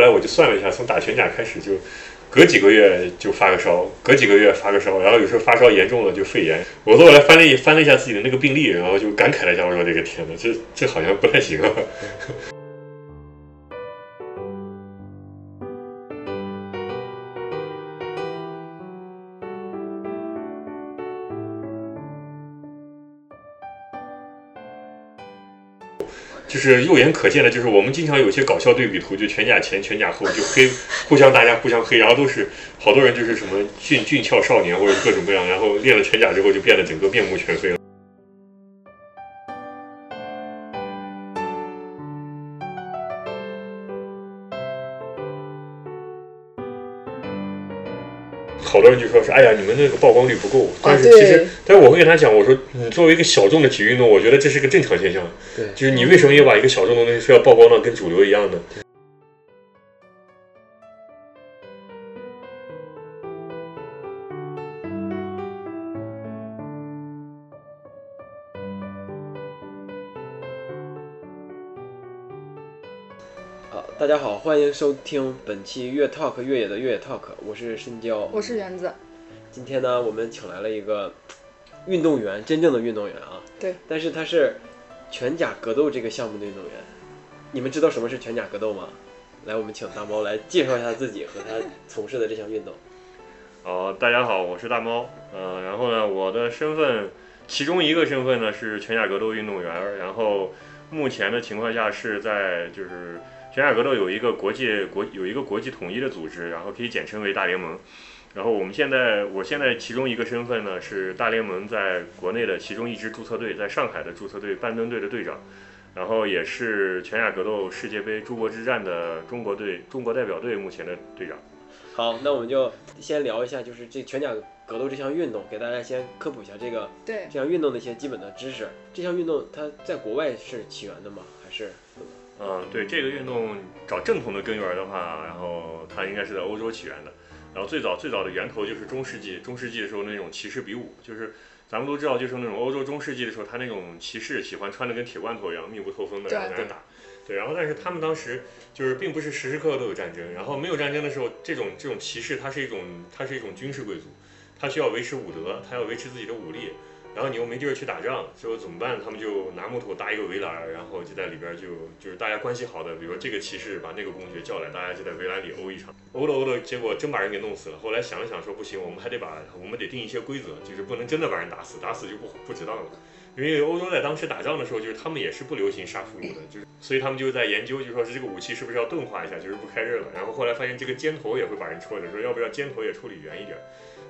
来我就算了一下，从打拳甲开始就隔几个月就发个烧，隔几个月发个烧，然后有时候发烧严重了就肺炎。我后来翻了一翻了一下自己的那个病历，然后就感慨了一下，我说这个天呐，这这好像不太行啊。就是肉眼可见的，就是我们经常有些搞笑对比图，就拳甲前、拳甲后，就黑互相大家互相黑，然后都是好多人就是什么俊俊俏少年或者各种各样，然后练了拳甲之后就变得整个面目全非了。好多人就说是，哎呀，你们那个曝光率不够。但是其实对，但是我会跟他讲，我说你作为一个小众的体育运动，我觉得这是个正常现象。对，就是你为什么也把一个小众的东西非要曝光到跟主流一样呢？啊，大家好，欢迎收听本期越 Talk 越野的越野 Talk，我是深交。我是园子，今天呢，我们请来了一个运动员，真正的运动员啊。对。但是他是拳甲格斗这个项目的运动员。你们知道什么是拳甲格斗吗？来，我们请大猫来介绍一下自己和他从事的这项运动。好，大家好，我是大猫。呃，然后呢，我的身份其中一个身份呢是拳甲格斗运动员，然后目前的情况下是在就是拳甲格斗有一个国际国有一个国际统一的组织，然后可以简称为大联盟。然后我们现在我现在其中一个身份呢是大联盟在国内的其中一支注册队，在上海的注册队半吨队的队长。然后也是拳甲格斗世界杯中国之战的中国队中国代表队目前的队长。好，那我们就先聊一下，就是这拳甲格斗这项运动，给大家先科普一下这个对这项运动的一些基本的知识。这项运动它在国外是起源的吗？还是嗯，对这个运动找正统的根源的话，然后它应该是在欧洲起源的。然后最早最早的源头就是中世纪，中世纪的时候那种骑士比武，就是咱们都知道，就是那种欧洲中世纪的时候，他那种骑士喜欢穿的跟铁罐头一样，密不透风的，对然后在那打。对，然后但是他们当时就是并不是时时刻刻都有战争，然后没有战争的时候，这种这种骑士它是一种它是一种军事贵族，他需要维持武德，他要维持自己的武力，然后你又没地儿去打仗，最后怎么办？他们就拿木头搭一个围栏，然后就在里边儿就就是大家关系好的，比如说这个骑士把那个公爵叫来，大家就在围栏里殴一场，殴了殴了，结果真把人给弄死了。后来想了想说不行，我们还得把我们得定一些规则，就是不能真的把人打死，打死就不不值当了。因为欧洲在当时打仗的时候，就是他们也是不流行杀俘虏的，就是所以他们就在研究，就说是这个武器是不是要钝化一下，就是不开刃了。然后后来发现这个尖头也会把人戳的，说要不要尖头也处理圆一点儿，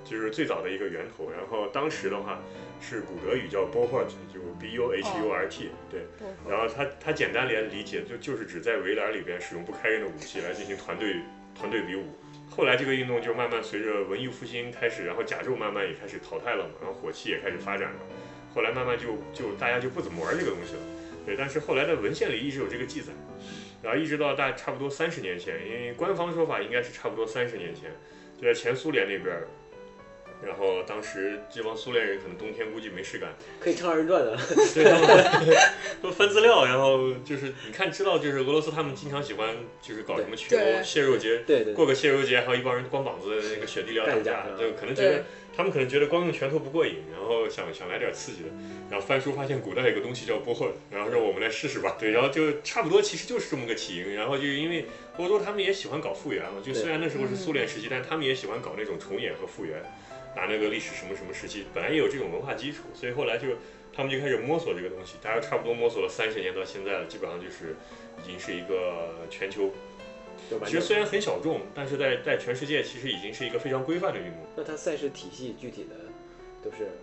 就是最早的一个源头。然后当时的话是古德语叫 b o h o t 就 B U H U R T，、对。嗯然后它它简单连理解就就是指在围栏里边使用不开刃的武器来进行团队团队比武。后来这个运动就慢慢随着文艺复兴开始，然后甲胄慢慢也开始淘汰了嘛，然后火器也开始发展了。后来慢慢就就大家就不怎么玩这个东西了，对。但是后来的文献里一直有这个记载，然后一直到大差不多三十年前，因为官方说法应该是差不多三十年前，就在前苏联那边儿。然后当时这帮苏联人可能冬天估计没事干，可以唱二人转的？对他们 都分资料，然后就是你看知道，就是俄罗斯他们经常喜欢就是搞什么缺对欧蟹肉节，对对对过个蟹肉节，还有一帮人光膀子那个雪地里要打干架架，嗯就可能觉对得他们可能觉得光用拳头不过瘾，然后想想来点刺激的，然后翻书发现古代有个东西叫波混，然后让我们来试试吧。对，然后就差不多其实就是这么个起因，然后就因为欧洲他们也喜欢搞复原嘛，就对虽然那时候是嗯苏联时期，但他们也喜欢搞那种重演和复原，拿那个历史什么什么时期，本来也有这种文化基础，所以后来就他们就开始摸索这个东西，大家差不多摸索了三十年到现在了，基本上就是已经是一个全球就完其整实虽然很小众，但是在在全世界其实已经是一个非常规范的运动。那它赛事体系具体的都是呃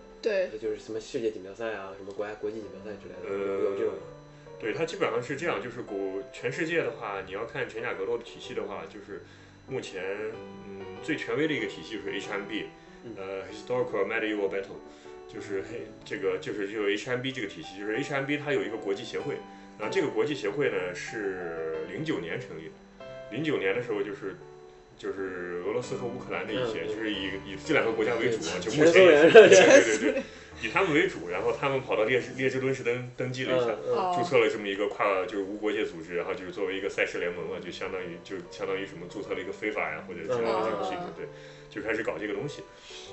对就是什么世界锦标赛啊，什么国家国际锦标赛之类的，呃有这种吗对，它基本上是这样，就是国全世界的话，你要看拳甲格斗体系的话，就是目前嗯最权威的一个体系就是 HMB，嗯呃 Historical Medieval Battle，就是嘿这个就是就 HMB 这个体系，就是 HMB 它有一个国际协会，然后这个国际协会呢是零九年成立的，零九年的时候就是就是俄罗斯和乌克兰的一些，嗯就是以以这两个国家为主啊， 就目前苏前联也是吧对对对对，以他们为主，然后他们跑到列支列支敦士登登记了一下，嗯嗯，注哦，册了这么一个跨就是无国界组织，然后就是作为一个赛事联盟嘛，就相当于就相当于什么注册了一个非法呀，或者相当于这种性质，对，就开始搞这个东西。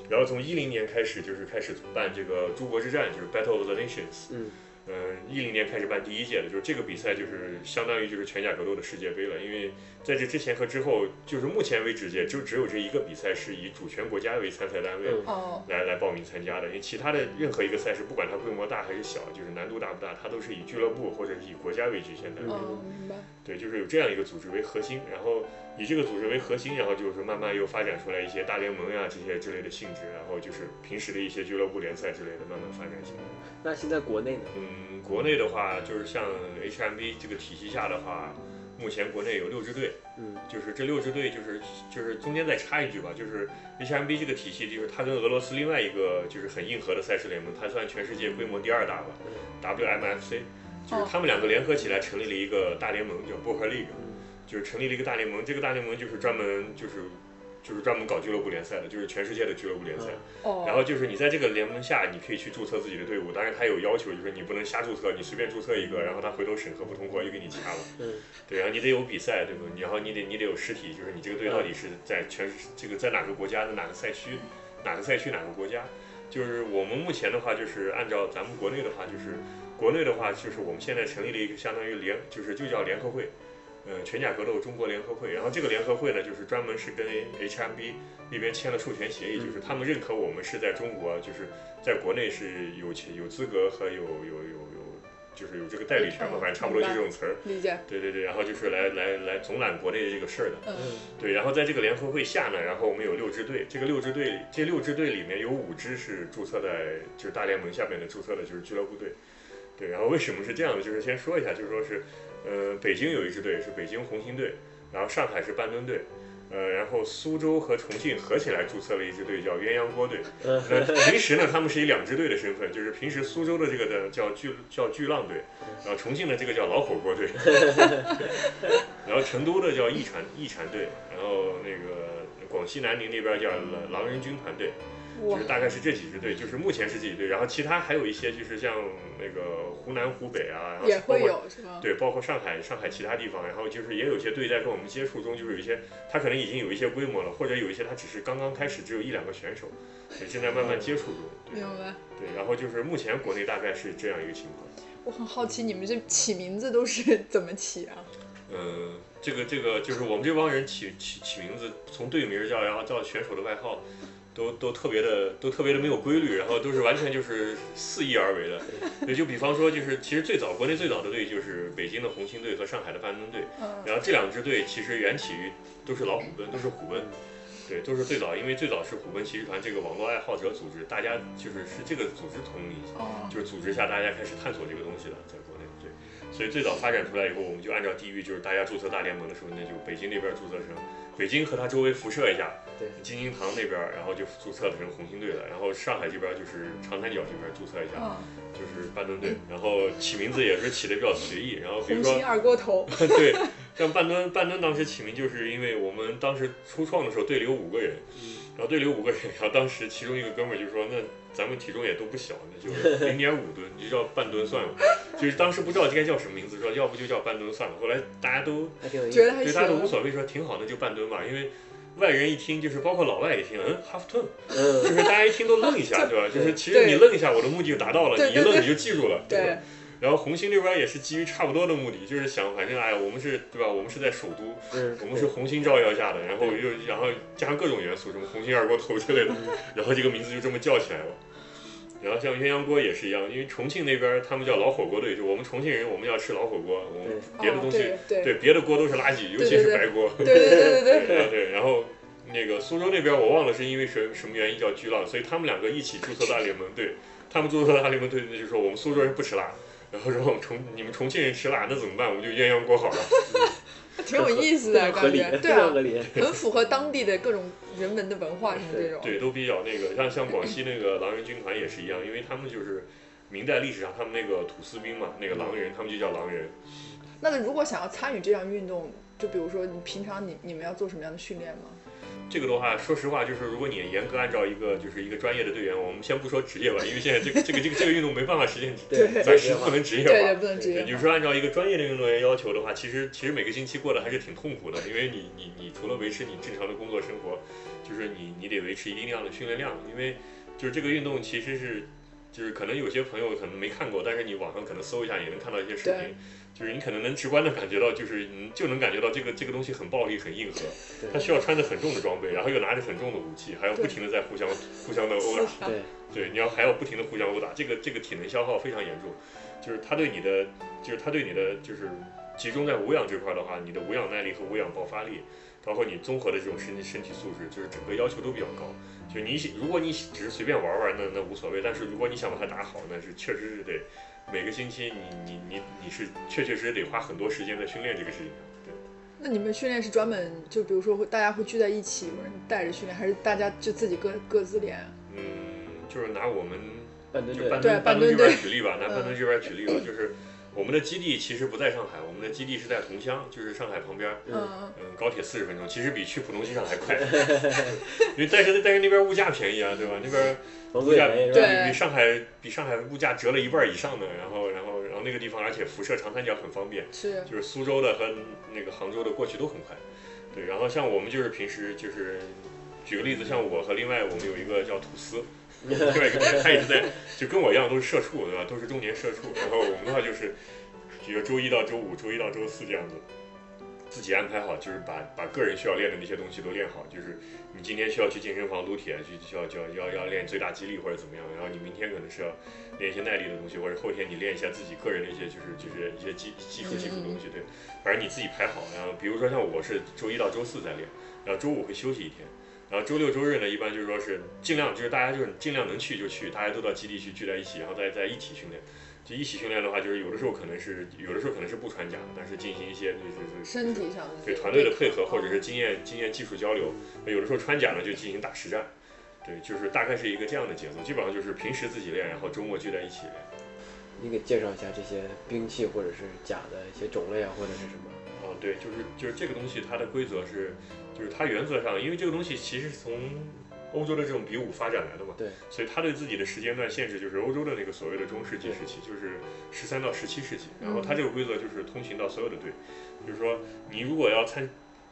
然后从一零年开始就是开始办这个诸国之战，就是 Battle of the Nations。嗯嗯，一零年开始办第一届的，就是这个比赛就是相当于就是全甲格斗的世界杯了，因为在这之前和之后，就是目前为止界就只有这一个比赛是以主权国家为参赛单位嗯哦，来来报名参加的，因为其他的任何一个赛事，不管它规模大还是小，就是难度大不大，它都是以俱乐部或者是以国家为局限的。哦，明白。对，就是有这样一个组织为核心，然后以这个组织为核心，然后就是慢慢又发展出来一些大联盟呀这些之类的性质，然后就是平时的一些俱乐部联赛之类的慢慢发展起来。那现在国内呢？嗯，国内的话，就是像 HMB 这个体系下的话，目前国内有六支队，嗯就是这六支队，就是就是中间再插一句吧，就是 HMB 这个体系，就是它跟俄罗斯另外一个就是很硬核的赛事联盟，它算全世界规模第二大吧，WMFC，就是他们两个联合起来成立了一个大联盟，叫薄荷 league，就是成立了一个大联盟，这个大联盟就是专门就是就是专门搞俱乐部联赛的，就是全世界的俱乐部联赛。哦，然后就是你在这个联盟下，你可以去注册自己的队伍，当然它有要求，就是你不能瞎注册，你随便注册一个，然后他回头审核不通过又给你掐了。嗯对，然后你得有比赛，对不对？然后你得你得有实体，就是你这个队到底是在全这个在哪个国家的哪个赛区，哪个赛区哪个国家。就是我们目前的话，就是按照咱们国内的话，就是国内的话，就是我们现在成立了一个相当于联，就是就叫联合会，呃，全甲格斗中国联合会。然后这个联合会呢，就是专门是跟 HMB 那边签了授权协议，就是他们认可我们是在中国，就是在国内是有钱有资格和有有有有，就是有这个代理权吧，反正差不多就这种词儿。理解，对对对，然后就是来来来总揽国内的这个事儿的，嗯，对，然后在这个联合会下呢，然后我们有六支队，这个六支队里，这六支队里面有五支是注册在就是大联盟下面的注册的就是俱乐部队，对，然后为什么是这样的？就是先说一下，就是说是，呃，北京有一支队是北京红星队，然后上海是半吨队。呃，然后苏州和重庆合起来注册了一支队，叫鸳鸯锅队。那平时呢，他们是以两支队的身份，就是平时苏州的这个呢叫巨叫巨浪队，然后重庆的这个叫老火锅队，然后成都的叫一船一船队，然后那个广西南宁那边叫狼狼人军团队，就嗯哇是，大概是这几支队，就是目前是这几队，然后其他还有一些就是像那个湖南、湖北啊，然后也包会括有是吗？对，包括上海、上海其他地方，然后就是也有些队在跟我们接触中，就是有一些他可能已经有一些规模了，或者有一些他只是刚刚开始，只有一两个选手，对，正在慢嗯慢接触中。对明白。对，然后就是目前国内大概是这样一个情况。我很好奇你们这起名字都是 怎么起啊？嗯，这个这个就是我们这帮人起起起名字，从队名叫，然后到选手的外号，都都特别的都特别的没有规律，然后都是完全就是肆意而为的。也就比方说，就是其实最早国内最早的队就是北京的红星队和上海的半吨队，嗯，然后这两支队其实缘起于都是老虎奔，都是虎奔，对，都是最早，因为最早是虎奔骑士团这个网络爱好者组织，大家就是是这个组织统领哦，就是组织下大家开始探索这个东西了，在国内对，所以最早发展出来以后，我们就按照地域，就是大家注册大联盟的时候，那就北京那边注册成北京和它周围辐射一下，对，金银堂那边，然后就注册成红星队了，然后上海这边就是长三角这边注册一下，嗯，就是半吨队，然后起名字也是起的比较随意，然后比如红说星二锅头， 对，像半吨半吨当时起名就是因为我们当时初创的时候队里有五个人，嗯然后队里有五个人，然后当时其中一个哥们儿就说：“那咱们体重也都不小，那就零点五吨，你就叫半吨算了。”就是当时不知道该叫什么名字，说要不就叫半吨算了。后来大家都还挺有意觉思得。还对行大家都无所谓，说挺好，那就半吨吧。因为外人一听，就是包括老外一听，嗯，half ton，就嗯，是大家一听都愣一 下，对吧？就是其实你对愣一下，我的目的就达到了，对你一对愣对你就记住了，吧对，然后红星这边也是基于差不多的目的，就是想反正哎，我们是对吧？我们是在首都，嗯， 我们是红星照耀下的，然后又然后加上各种元素，什么红星二锅头之类的， 然后这个名字就这么叫起来了。然后像鸳鸯锅也是一样，因为重庆那边他们叫老火锅队，就我们重庆人我们要吃老火锅，我们别的哦东西、对对对别的锅都是垃圾，尤其对对是对白锅。对对对对对，对 对，然后那个苏州那边我忘了是因为什什么原因叫巨浪，所以他们两个一起注册大联盟队，他们注册大联盟队那就说我们苏州人不吃辣，然后说我们重你们重庆人吃辣，那怎么办？我们就鸳鸯锅 好了。 挺有意思的非常合感理，觉，非对常啊 合，理。 很符合当地的各种人文的文化什么这种，对，都比较那个，像像广西那个狼人军团也是一样，因为他们就是明代历史上他们那个土司兵嘛，那个狼人，他们就叫狼人。那如果想要参与这项运动，就比如说你平常你你们要做什么样的训练吗？这个的话，说实话，就是如果你严格按照一个就是一个专业的队员，我们先不说职业吧，因为现在这个这个这个这个运动没办法实现，对，暂暂时时不能啊职业对对，化。不能职业你化。说按照一个专业的运动员要求的话，其实其实每个星期过得还是挺痛苦的，因为你你你除了维持你正常的工作生活，就是你你得维持一定量的训练量，因为就是这个运动其实是就是可能有些朋友可能没看过，但是你网上可能搜一下也能看到一些视对频，就是你可能能直观的感觉到，就是你就能感觉到这个这个东西很暴力很硬核，他需要穿着很重的装备，然后又拿着很重的武器，还要不停的在互相互相的殴打厮。杀对，嗯对，你要还要不停的互相殴打，这个这个体能消耗非常严重，就是他对你的，就是他对你的，就是集中在无氧这块的话，你的无氧耐力和无氧爆发力，包括你综合的这种身体身体素质，就是整个要求都比较高。就你喜如果你只是随便玩玩，那那无所谓，但是如果你想把它打好，那是确实是得每个星期你你你你是确确实实得花很多时间在训练这个事情上。对。那你们训练是专门就比如说会大家会聚在一起，有人带着训练，还是大家就自己各各自练啊？嗯，就是拿我们半蹲就对半对吨半半吨吨这边对举例吧，拿嗯半吨这边举例吧，就是我们的基地其实不在上海，我们的基地是在桐乡，就是上海旁边。嗯嗯，嗯，高铁四十分钟，其实比去浦东机场还 快，因为但是但是那边物价便宜啊，对吧？那边房租物也价便宜是吧？比比上海比上海物价折了一半以上呢。然后然后然后那个地方，而且辐射长三角很方便，是就是苏州的和那个杭州的过去都很快。对，然后像我们就是平时就是举个例子，像我和另外我们有一个叫吐司，另外一个人他也是在就跟我一样都是社畜对吧？都是中年社畜。然后我们的话就是，比如周一到周五，周一到周四这样子。自己安排好，就是把把个人需要练的那些东西都练好。就是你今天需要去健身房撸铁，去需要就要要要练最大肌力或者怎么样。然后你明天可能是要练一些耐力的东西，或者后天你练一下自己个人的一些就是就是一些基基础基础的东西。对，反正你自己排好。然后比如说像我是周一到周四在练，然后周五会休息一天。然后周六周日呢，一般就是说是尽量就是大家就是尽量能去就去，大家都到基地去聚在一起，然后再在一起训练。就一起训练的话，就是有的时候可能是有的时候可能是不穿甲，但是进行一些就是身体上的对团队的配合或者是经验经验技术交流，有的时候穿甲呢就进行大实战，对，就是大概是一个这样的节奏，基本上就是平时自己练，然后周末聚在一起练。你给介绍一下这些兵器或者是甲的一些种类啊，或者是什么？哦，对，就是就是这个东西它的规则是，就是它原则上，因为这个东西其实是从欧洲的这种比武发展来的嘛，对，所以他对自己的时间段限制就是欧洲的那个所谓的中世纪时期，就是十三到十七世纪，然后他这个规则就是通行到所有的队，就是说你如果要参。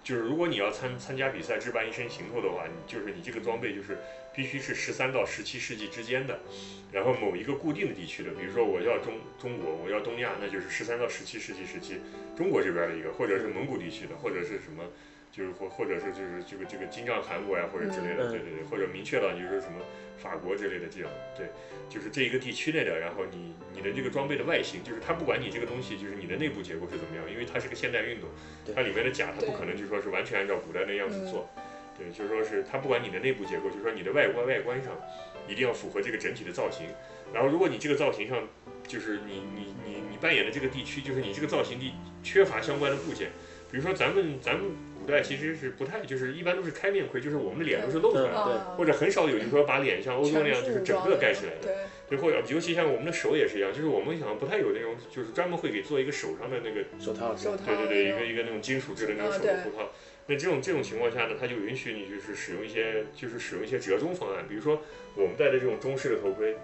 就是如果你要参参加比赛置办一身行头的话，你就是你这个装备就是必须是十三到十七世纪之间的，然后某一个固定的地区的，比如说我要中中国，我要东亚，那就是十三到十七世纪时期中国这边的一个，或者是蒙古地区的，或者是什么，就是或或者是就是这个这个金帐汗国呀，或者之类的，嗯对对对，或者明确到就是什么法国之类的这种，对，就是这一个地区内的，然后你你的这个装备的外形，就是它不管你这个东西就是你的内部结构是怎么样，因为它是个现代运动，对它里面的甲它不对可能就说是完全按照古代那样子做，对，就是说是它不管你的内部结构，就是说你的外观外观上一定要符合这个整体的造型，然后如果你这个造型上就是你你你你扮演的这个地区，就是你这个造型地缺乏相关的部件，比如说咱们咱们古代其实是不太就是一般都是开面盔，就是我们的脸都是露出来的。对啊或者很少有，就是说把脸像欧洲那样，就全副是整武装个的盖起来的，对，对，或者尤其像我们的手也是一样，就是我们好像不太有那种，就是专门会给做一个手上的那个，手套是吧手套对对对，一个一一个那种金属制的那种啊手对护套。那这种这种情况下呢，它就允许你就是使用一些就是使用一些折中方案，比如说我们戴的这种中式的头盔，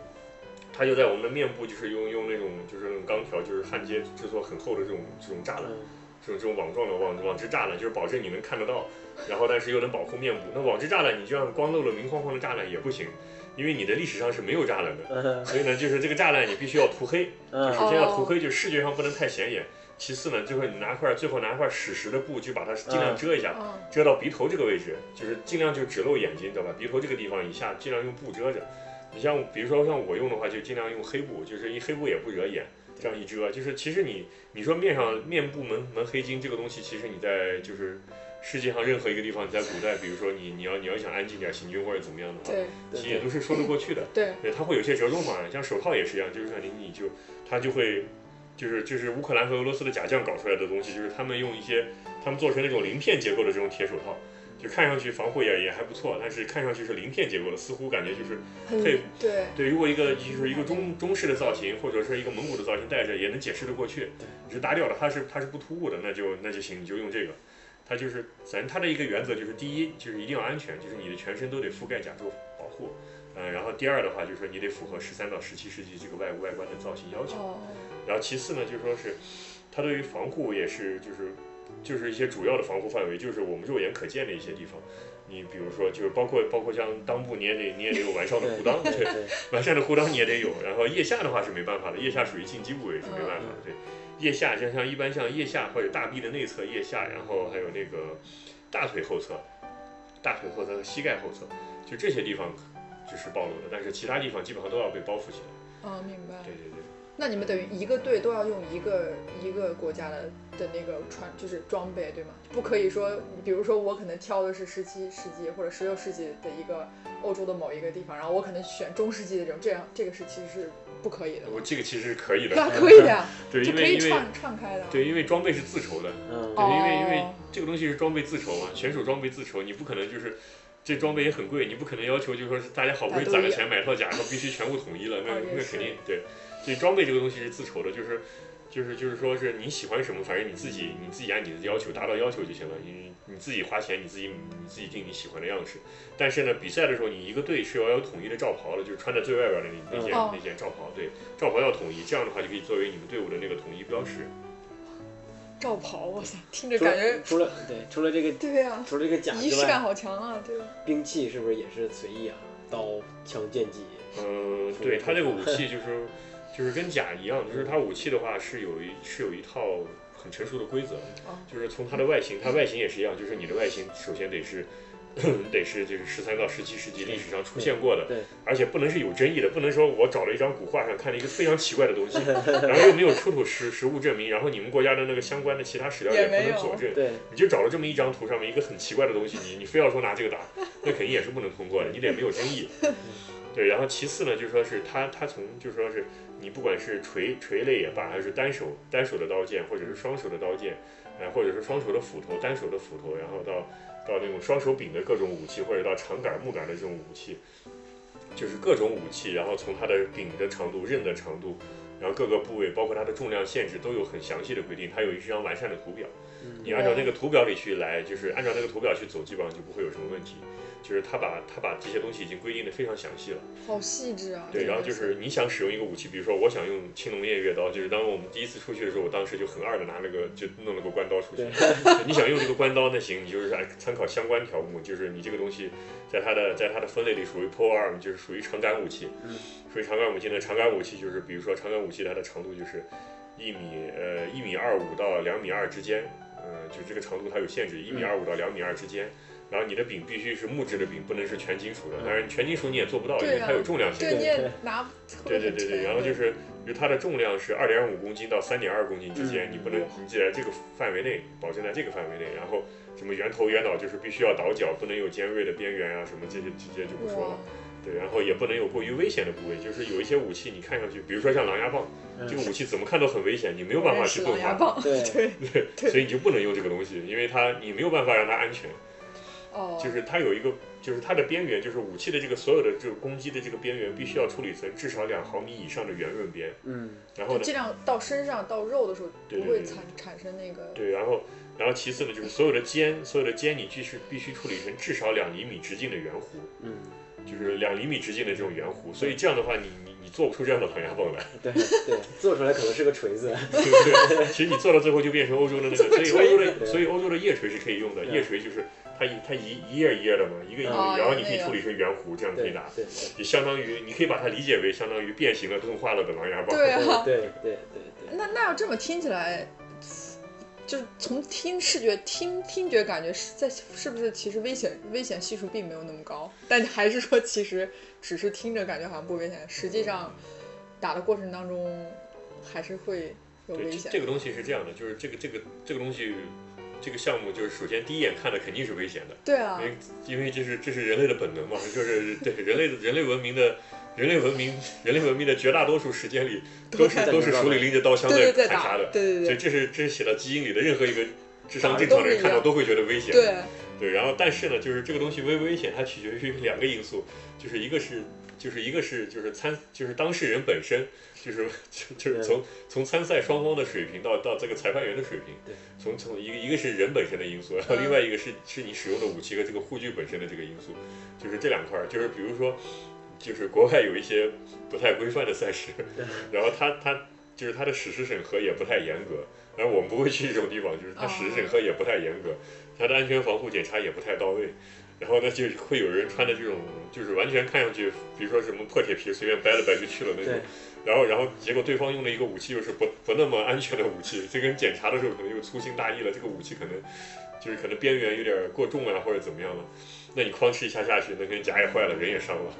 它就在我们的面部就是用用那种就是那种钢条，就是焊接制作很厚的这种这种栅栏。嗯，这种这种网状的网网织栅栏，就是保证你能看得到，然后但是又能保护面部。那网织栅栏，你就让光露了明晃晃的栅栏也不行，因为你的历史上是没有栅栏的。嗯所以呢，就是这个栅栏你必须要涂黑，就嗯首先要涂黑，就视觉上不能太显眼。其次呢，最后你拿块最后拿块史实的布去把它尽量遮一下，嗯，遮到鼻头这个位置，就是尽量就只露眼睛，知道吧？鼻头这个地方以下尽量用布遮着。你像比如说像我用的话，就尽量用黑布，就是一黑布也不惹眼，这样一遮，就是其实你你说面上面部蒙蒙黑金这个东西，其实你在就是世界上任何一个地方，你在古代，比如说你你要你要想安静点行军或者怎么样的话，对其实也都是说得过去的。对，对，它会有些折中方案，像手套也是一样，就是你你就它就会，就是就是乌克兰和俄罗斯的假匠搞出来的东西，就是他们用一些他们做成那种鳞片结构的这种铁手套，就看上去防护也也还不错，但是看上去是鳞片结构的，似乎感觉就是很对对，对，如果一个就是一个中中式的造型，或者是一个蒙古的造型戴着，也能解释得过去。你是搭掉了，它是它是不突兀的，那就那就行，你就用这个。它就是，反正它的一个原则就是，第一就是一定要安全，就是你的全身都得覆盖甲胄保护。嗯，然后第二的话就是说你得符合十三到十七世纪这个外外观的造型要求。哦，然后其次呢，就是说是它对于防护也是就是就是一些主要的防护范围，就是我们肉眼可见的一些地方。你比如说，就是包括包括像裆部，你也得你也得有完善的嗯对裤裆，对，对，完善的裤裆你也得有，然后腋下的话是没办法的，腋下属于进击部位是没办法嗯的。对，腋下就像一般像腋下或者大臂的内侧、腋下，然后还有那个大腿后侧、大腿后侧和膝盖后侧，就这些地方就是暴露的，但是其他地方基本上都要被包覆起来。哦，明白。对对对，那你们等于一个队都要用一个一个国家的的那个穿就是装备对吗？不可以说，比如说我可能挑的是十七世纪或者十六世纪的一个欧洲的某一个地方，然后我可能选中世纪的这种，这样这个是其实是不可以的。我这个其实是可以的，那可以的呀， 对，就因可为以因为串串开的。啊对，因为装备是自筹的，嗯，对，因为因为哦这个东西是装备自筹嘛，选手装备自筹，你不可能就是这装备也很贵，你不可能要求就是说是大家好不容易攒了钱买套甲，然后必须全部统一了，那哦也那是肯定对。所以装备这个东西是自筹的，就是就是就是说是你喜欢什么，反正你自己你自己按你的要求达到要求就行了，你你自己花钱，你自己你自己定你喜欢的样式。但是呢，比赛的时候你一个队是要有统一的罩袍的，就是穿在最外边的那那件、哦那件罩袍，对，罩袍要统一，这样的话就可以作为你们队伍的那个统一标识。罩袍，哇塞，听着除感觉了除了对除了这个对呀、除了这个甲仪之式感外，好强啊！对，兵器是不是也是随意啊？刀、枪、剑、戟，嗯，对，它这个武器就是就是跟甲一样，就是它武器的话是有一是有一套很成熟的规则哦，就是从它的外形，它外形也是一样，就是你的外形首先得是。 得是就是十三到十七世纪历史上出现过的，对对而且不能是有争议的，不能说我找了一张古画上看了一个非常奇怪的东西，然后又没有出土实实物证明，然后你们国家的那个相关的其他史料也也不没能有佐证，对，你就找了这么一张图上面一个很奇怪的东西，你你非要说拿这个打，那肯定也是不能通过的，你得没有争议。对，然后其次呢，就说是他他从就说是你不管是锤锤类也罢，还是单手单手的刀剑，或者是双手的刀剑，呃，或者是双手的斧头、单手的斧头，然后到到那种双手柄的各种武器，或者到长杆木杆的这种武器，就是各种武器，然后从它的柄的长度、刃的长度，然后各个部位，包括它的重量限制，都有很详细的规定，它有一张完善的图表。嗯你按照那个图表里去来，就是按照那个图表去走，基本上就不会有什么问题。就是他把他把这些东西已经规定的非常详细了，好细致啊！对，真的然后就是你想使用一个武器，比如说我想用青龙偃月刀，就是当我们第一次出去的时候，我当时就很二的拿那个就弄了个关刀出去对。 你想用这个关刀，那行，你就是按哎参考相关条目，就是你这个东西在它的在它的分类里属于 pole arm，就是属于长杆武器。嗯属于长杆武器呢，长杆武器就是比如说长杆武器它的长度就是一米呃一米二五到两米二之间，呃，就这个长度它有限制，一米二五到两米二之间。然后你的柄必须是木质的柄，不能是全金属的。嗯当然，全金属你也做不到，因对为啊它有重量限制对，。你也拿对对对对，然后就是，比如它的重量是二点五公斤到三点二公斤之嗯间，你不能你只在这个范围内，保证在这个范围内。然后什么圆头圆脑就是必须要倒角，不能有尖锐的边缘啊，什么这些这些就不说哇了。，对，然后也不能有过于危险的部位，就是有一些武器你看上去，比如说像狼牙棒，这个武器怎么看都很危险，你没有办法我去是动狼牙它，棒，对对，所以你就不能用这个东西，因为它你没有办法让它安全。哦，就是它有一个，就是它的边缘，就是武器的这个所有的这个攻击的这个边缘，必须要处理成至少两毫米以上的圆润边。嗯，然后就呢，尽量到身上到肉的时候对不会对对产产生那个对，然后然后其次呢，就是所有的尖，所有的尖你必须必须处理成至少两厘米直径的圆弧，嗯，就是两厘米直径的这种圆弧。所以这样的话，你你你做不出这样的狼牙棒来。 对对，做出来可能是个锤 子，对不对？其实你做到最后就变成欧洲 的那个，所以欧洲的，所以欧洲的叶锤是可以用的。对叶锤就是它一它一一页一页的嘛，一个一个，哦然后你可以有那个处理成圆弧，这样可以对拿，对就相当于你可以把它理解为相当于变形了、钝化了的狼牙棒。对对啊。对对对那那要这么听起来，就是从听视觉听听觉感觉是在是不是其实危险危险系数并没有那么高，但还是说其实只是听着感觉好像不危险，实际上打的过程当中还是会有对，危这险这。个东西是这样的，就是这个这个这个东西，这个项目就是首先第一眼看的肯定是危险的，对啊因，为因为这是这是人类的本能嘛，就是对人类人类文明的。人类文明，人类文明的绝大多数时间里，都是在都是手里拎着刀枪对对在对砍杀打的，对对所对，以这是这是写到基因里的任何一个智商正常的人看到都会觉得危险。对，对，然后但是呢，就是这个东西危不危险，它取决于 两个因素，就是一个是就是一个是就是参就是当事人本身，就是 就就是从从参赛双方的水平到到这个裁判员的水平对，从从一个一个是人本身的因素，然后嗯另外一个是是你使用的武器和这个护具本身的这个因素，就是这两块儿，就是比如说就是国外有一些不太规范的赛事，然后它它就是它的史实审核也不太严格，然后我们不会去这种地方，就是它史实审核也不太严格，它的安全防护检查也不太到位，然后呢就会有人穿的这种就是完全看上去，比如说什么破铁皮随便掰了掰就去了那种对，然后然后结果对方用了一个武器又是不不那么安全的武器，这跟检查的时候可能又粗心大意了，这个武器可能就是可能边缘有点过重啊或者怎么样了，那你哐哧一下下去，那可能甲也坏了，人也伤了，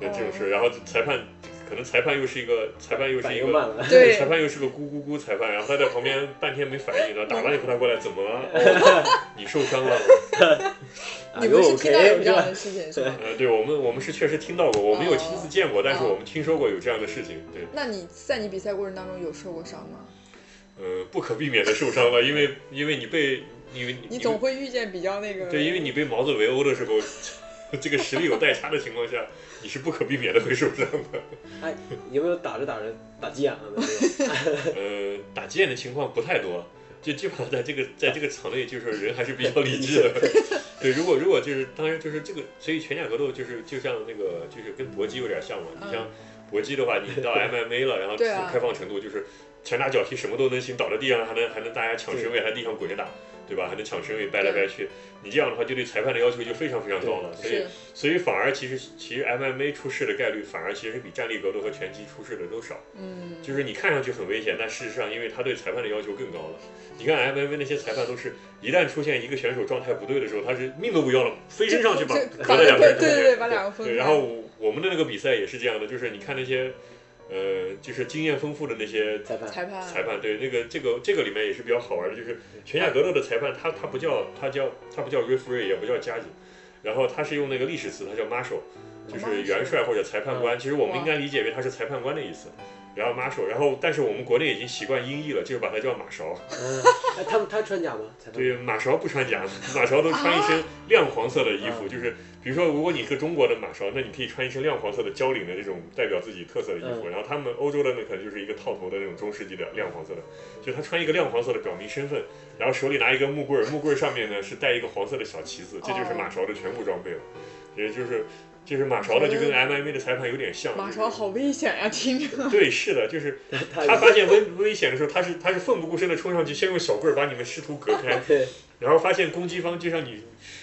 对这种事，然后裁判可能裁判又是一个裁判又是反一应个。慢了，对裁判又是个咕咕咕裁判，然后他在旁边半天没反应，然后打完以后他过来怎么了？哦、 你受伤了？啊你们是啊 OK，听到有这样是吧的事情是吗？ 呃，对我们我们是确实听到过，我没有亲自见过，啊但是我们听说过有这样的事情。对，那你在你比赛过程当中有受过伤吗？呃，不可避免的受伤了，因为因为你被因为你总会遇见比较那个对，因为你被毛子围殴的时候， 这个实力有代差的情况下，你是不可避免的会受伤的。哎，有没有打着打着打急眼了 的那种？呃，打急眼的情况不太多，就基本上在这 个在这个场内，就是人还是比较理智的。 对，如果如果就是当然就是这个，所以拳脚格斗就是就像那个就是跟搏击有点像嘛。你像搏击的话，你 到 MMA 了，然后这嗯对种啊开放程度就是拳打脚踢什么都能行，倒在地上还能还能大家抢身位，还地上滚着打。对吧？还能抢身位，掰来掰去。你这样的话，就对裁判的要求就非常非常高了。所以是，所以反而其实其实 MMA 出事的概率，反而其实比站立格斗和拳击出事的都少。嗯，就是你看上去很危险，但事实上，因为他对裁判的要求更高了。你看 MMA 那些裁判都是一旦出现一个选手状态不对的时候，他是命都不要了，飞身上去把就隔把了两个人对对中间对，把两个分对，开。然后我我们的那个比赛也是这样的，就是你看那些，呃，就是经验丰富的那些裁判裁判裁判，对那个这个这个里面也是比较好玩的，就是拳下格斗的裁判，他他不叫他叫他不叫 referee，也不叫 judge，然后他是用那个历史词，他叫哦 marshal，就是元帅或者裁判官。其实我们应该理解为他是裁判官的意思。然后 marshal，然后但是我们国内已经习惯音译了，就是把它叫马勺。嗯，哎，他们他穿甲吗？裁判对，马勺不穿甲，马勺都穿一哦身亮黄色的衣服，啊就是比如说，如果你是中国的马勺，那你可以穿一身亮黄色的交领的这种代表自己特色的衣服，然后他们欧洲的那可能就是一个套头的那种中世纪的亮黄色的，就他穿一个亮黄色的表明身份，然后手里拿一根木棍儿，木棍儿上面呢是带一个黄色的小旗子，这就是马哦勺的全部装备了，也就是就是马勺的就跟哦 MMA 的裁判有点像，马就勺是好危险呀，听着。对，是的，就是他他发现危危险的时候，他是他是奋不顾身的冲上去，先用小棍儿把你们试图隔 开。对，然后发现攻击方就像你，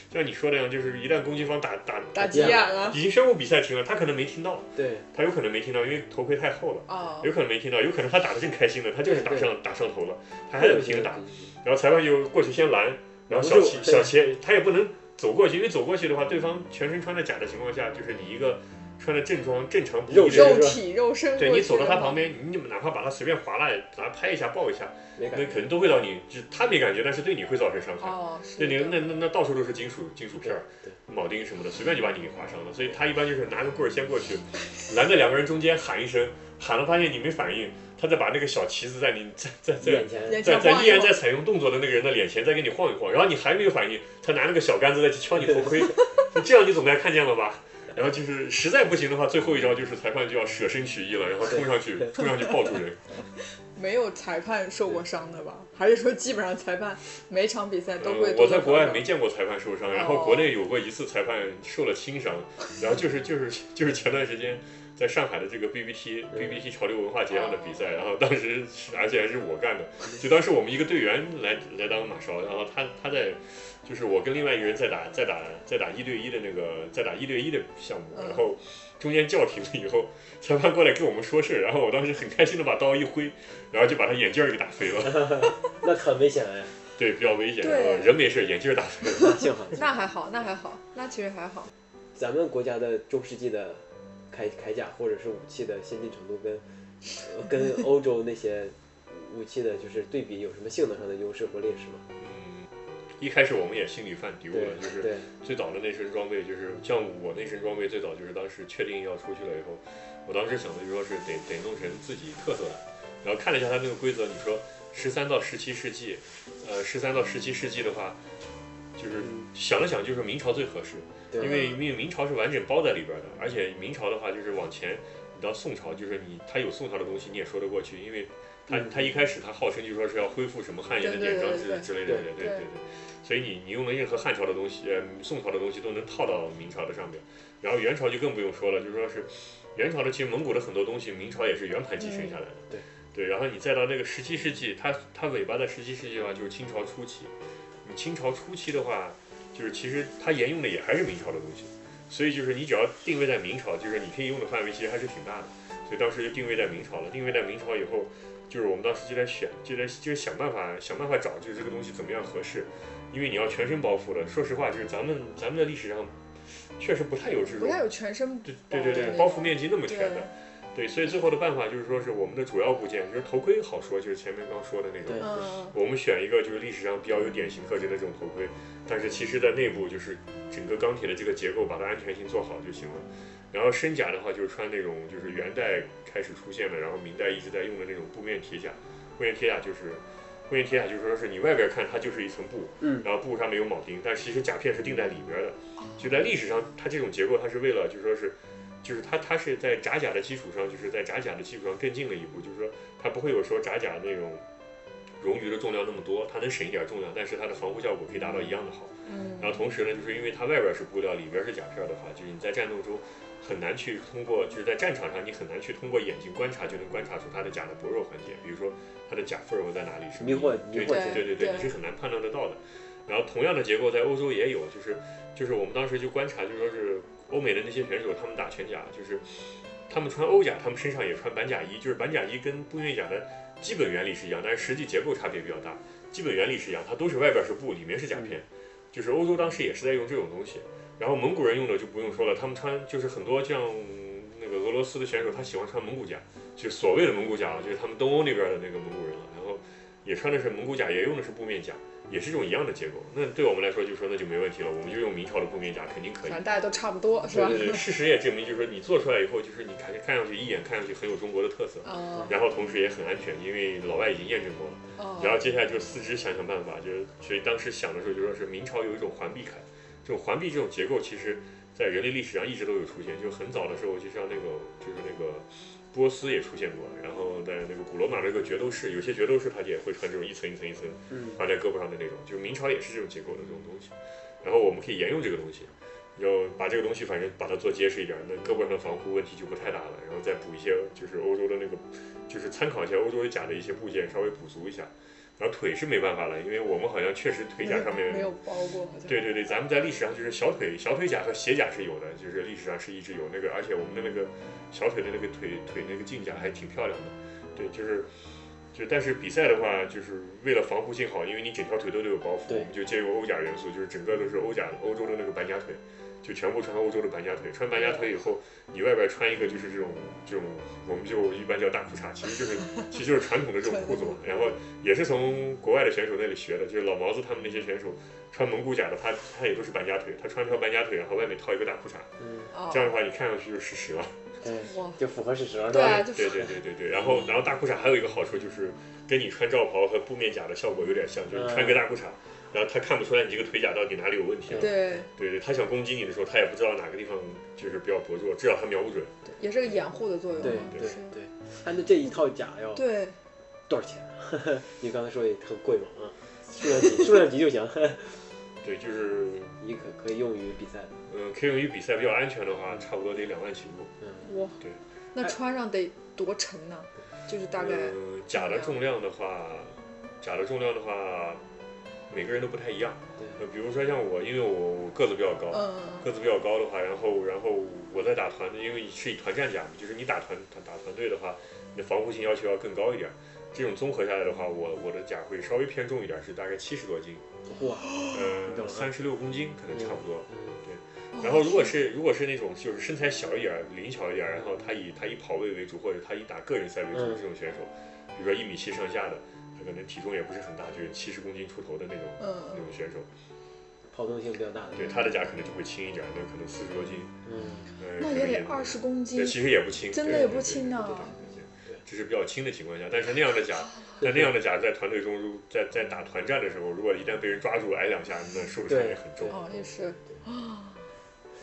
就像你说的那样，就是一旦攻击方打打打急啊眼了已经宣布比赛停了，他可能没听到，对，他有可能没听到，因为头盔太厚了，啊！有可能没听到，有可能他打得正开心呢，他就是打对上打上头了，他还在不停地打，然后裁判就过去先拦，然后拦小不住齐对小齐他也不能走过去，因为走过去的话，对方全身穿着甲的情况下，就是你一个穿着正装正常不肉易身的。肉体肉身对过你去走到的他话旁，边，你哪怕把他随便划拉，把他拍一下、抱一下，没感那觉。可能都会让你，就他没感觉，但是对你会造成伤害。哦，是对，你的那那那到处都是金属金属片儿对、铆钉什么的，随便就把你给划伤了。所以他一般就是拿个棍儿先过去，拦在两个人中间喊一声，喊了发现你没反应，他再把那个小旗子在你在在在眼前眼在前在晃依一然晃在采用动作的那个人的脸前再给你晃一晃，然后你还没有反应，他拿那个小杆子再去敲你头盔，这样你总该看见了吧？然后就是实在不行的话，最后一招就是裁判就要舍身取义了，然后冲上去对冲上去抱住人。没有裁判受过伤的吧？还是说基本上裁判每场比赛都会嗯，多多我少少？在国外没见过裁判受伤，然后哦国内有过一次裁判受了轻伤，然后就是就是就是前段时间在上海的这个 BBT 嗯 BBT 潮流文化节上的比赛，哦然后当时是而且还是我干的，就当时我们一个队员来来当马勺，然后他他在就是我跟另外一个人在打在打在打一对一的那个在打一对一的项目，嗯然后中间叫停了以后，裁判过来跟我们说事，然后我当时很开心的把刀一挥，然后就把他眼镜儿给打飞了，那很危险哎，对，比较危险，对然后人没事，眼镜儿打飞了。幸好那还好，那还好，那其实还好。咱们国家的中世纪的铠铠甲或者是武器的先进程度跟、呃 跟欧洲那些武器的就是对比，有什么性能上的优势或劣势吗？嗯，一开始我们也心里犯嘀咕对了，就是对，最早的那身装备，就是像我那身装备，最早就是当时确定要出去了以后，我当时想的就说是得得弄成自己特色的，然后看了一下他那个规则，你说十三到十七世纪，呃，十三到十七世纪的话，就是想了想，就是明朝最合适，对，因为因为明朝是完整包在里边的，而且明朝的话就是往前，你到宋朝，就是你它有宋朝的东西，你也说得过去，因为它嗯它一开始它号称就说是要恢复什么汉人的典章之对对对对之类的，对对对对对。所以你你用的任何汉朝的东西，呃，宋朝的东西都能套到明朝的上面，然后元朝就更不用说了，就说是元朝的其实蒙古的很多东西，明朝也是圆盘继承下来的。对对，然后你再到那个十七世纪，它它尾巴在十七世纪的话就是清朝初期，你清朝初期的话，就是其实它沿用的也还是明朝的东西，所以就是你只要定位在明朝，就是你可以用的范围其实还是挺大的，所以当时就定位在明朝了。定位在明朝以后，就是我们当时就在选，就在就是想办法想办法找，就是这个东西怎么样合适，因为你要全身包覆的。说实话，就是咱们咱们的历史上确实不太有这不种，太有全身对对对对，包覆面积那么全的。对，所以最后的办法就是说是我们的主要部件，就是头盔好说，就是前面刚说的那种。对嗯，我们选一个就是历史上比较有典型特征的这种头盔，但是其实在内部就是整个钢铁的这个结构，把它安全性做好就行了。然后身甲的话，就是穿那种就是元代开始出现的，然后明代一直在用的那种布面铁甲。布面铁甲就是布面铁甲，就是说是你外边看它就是一层布，嗯然后布上面有铆钉，但其实甲片是钉在里边的。就在历史上，它这种结构它是为了就是说是，就是它它是在炸甲的基础上，就是在炸甲的基础上更进了一步，就是说它不会有说炸甲那种冗余的重量那么多，它能省一点重量，但是它的防护效果可以达到一样的好。嗯然后同时呢，就是因为它外边是布料，里边是甲片的话，就是你在战斗中很难去通过，就是在战场上你很难去通过眼睛观察就能观察出它的甲的薄弱环节，比如说它的甲缝儿会在哪里，是迷惑对迷惑对性对对，对你是很难判断得到的。然后同样的结构在欧洲也有，就是就是我们当时就观察，就说是欧美的那些选手，他们打全甲，就是他们穿欧甲，他们身上也穿板甲衣，就是板甲衣跟布面甲的基本原理是一样，但是实际结构差别比较大。基本原理是一样，它都是外边是布，里面是甲片。就是欧洲当时也是在用这种东西，然后蒙古人用的就不用说了，他们穿就是很多像嗯那个俄罗斯的选手，他喜欢穿蒙古甲，就是所谓的蒙古甲啊，就是他们东欧那边的那个蒙古人了，然后也穿的是蒙古甲，也用的是布面甲，也是这种一样的结构。那对我们来说就说那就没问题了，我们就用明朝的布面甲肯定可以反。正大家都差不多是对吧？对对，呃事实也证明，就是说你做出来以后，就是你看看上去一眼看上去很有中国的特色，啊然后同时也很安全，因为老外已经验证过了。啊，然后接下来就是四肢想想办法，就是所以当时想的时候就说是明朝有一种环臂铠，这种环臂这种结构其实在人类历史上一直都有出现，就很早的时候就像那个就是那个波斯也出现过，然后在那个古罗马那个角斗士，有些角斗士他也会穿这种一层一层一层嗯挂在胳膊上的那种，就是明朝也是这种结构的这种东西，然后我们可以沿用这个东西。然后把这个东西，反正把它做结实一点，那胳膊上的防护问题就不太大了。然后再补一些，就是欧洲的那个，就是参考一下欧洲甲的一些部件，稍微补足一下。然后腿是没办法了，因为我们好像确实腿甲上面没有包过，好像对对对，咱们在历史上就是小腿小腿甲和鞋甲是有的，就是历史上是一直有那个，而且我们的那个小腿的那个腿腿那个胫甲还挺漂亮的，对，就是就但是比赛的话，就是为了防护性好，因为你整条腿都得有包覆，对我们就借用欧甲元素，就是整个都是欧甲欧洲的那个板甲腿，就全部穿欧洲的板甲腿，穿板甲腿以后，你外边穿一个就是这种这种，我们就一般叫大裤衩，其实就是其实就是传统的这种裤子嘛，然后也是从国外的选手那里学的，就是老毛子他们那些选手穿蒙古甲的，他他也都是板甲腿，他穿条板甲腿，然后外面套一个大裤衩，嗯，啊这样的话你看上去就实时了。对，哇，就符合事实了，对啊，就对对对对对，然后然后大裤衩还有一个好处就是跟你穿罩袍和布面甲的效果有点像，就是你穿个大裤衩，然后他看不出来你这个腿甲到底哪里有问题了。对，对对，他想攻击你的时候，他也不知道哪个地方就是比较薄弱，至少他瞄不准。也是个掩护的作用对嘛，对就是对。但那这一套甲要对，多少钱？ 你刚才说也很贵嘛啊，数量级数量级就行， 对，就是你可可以用于比赛的。嗯，可以用于比赛比较安全的话，差不多得两万起步。嗯，哇，对那穿上得多沉呢？就是大概嗯，甲的重量的话，甲的重量的话，每个人都不太一样。对，呃，比如说像我，因为我我个子比较高，嗯个子比较高的话，然后然后我在打团，因为是以团战甲嘛，就是你打团打打团队的话，你的防护性要求要更高一点。这种综合下来的话，我我的甲会稍微偏重一点，是大概七十多斤，哇，你嗯懂呃，了三十六公斤可能差不多。嗯嗯然后如果是如果是那种就是身材小一点儿、灵巧一点儿，然后他以他以跑位为主，或者他以打个人赛为主嗯这种选手，比如说一米七上下的，他可能体重也不是很大，就是七十公斤出头的那种那嗯种选手，跑动性比较大的。对他的甲可能就会轻一点儿，那可能四十多斤，嗯，呃，那可也能得二十公对，斤，其实也不轻，真对的也不对轻对呢对对对对这是比较轻的情况下，但是那样的甲， 在那样的甲在团队中，如在在打团战的时候，如果一旦被人抓住挨两下，那受的伤也很重对。哦，也是啊，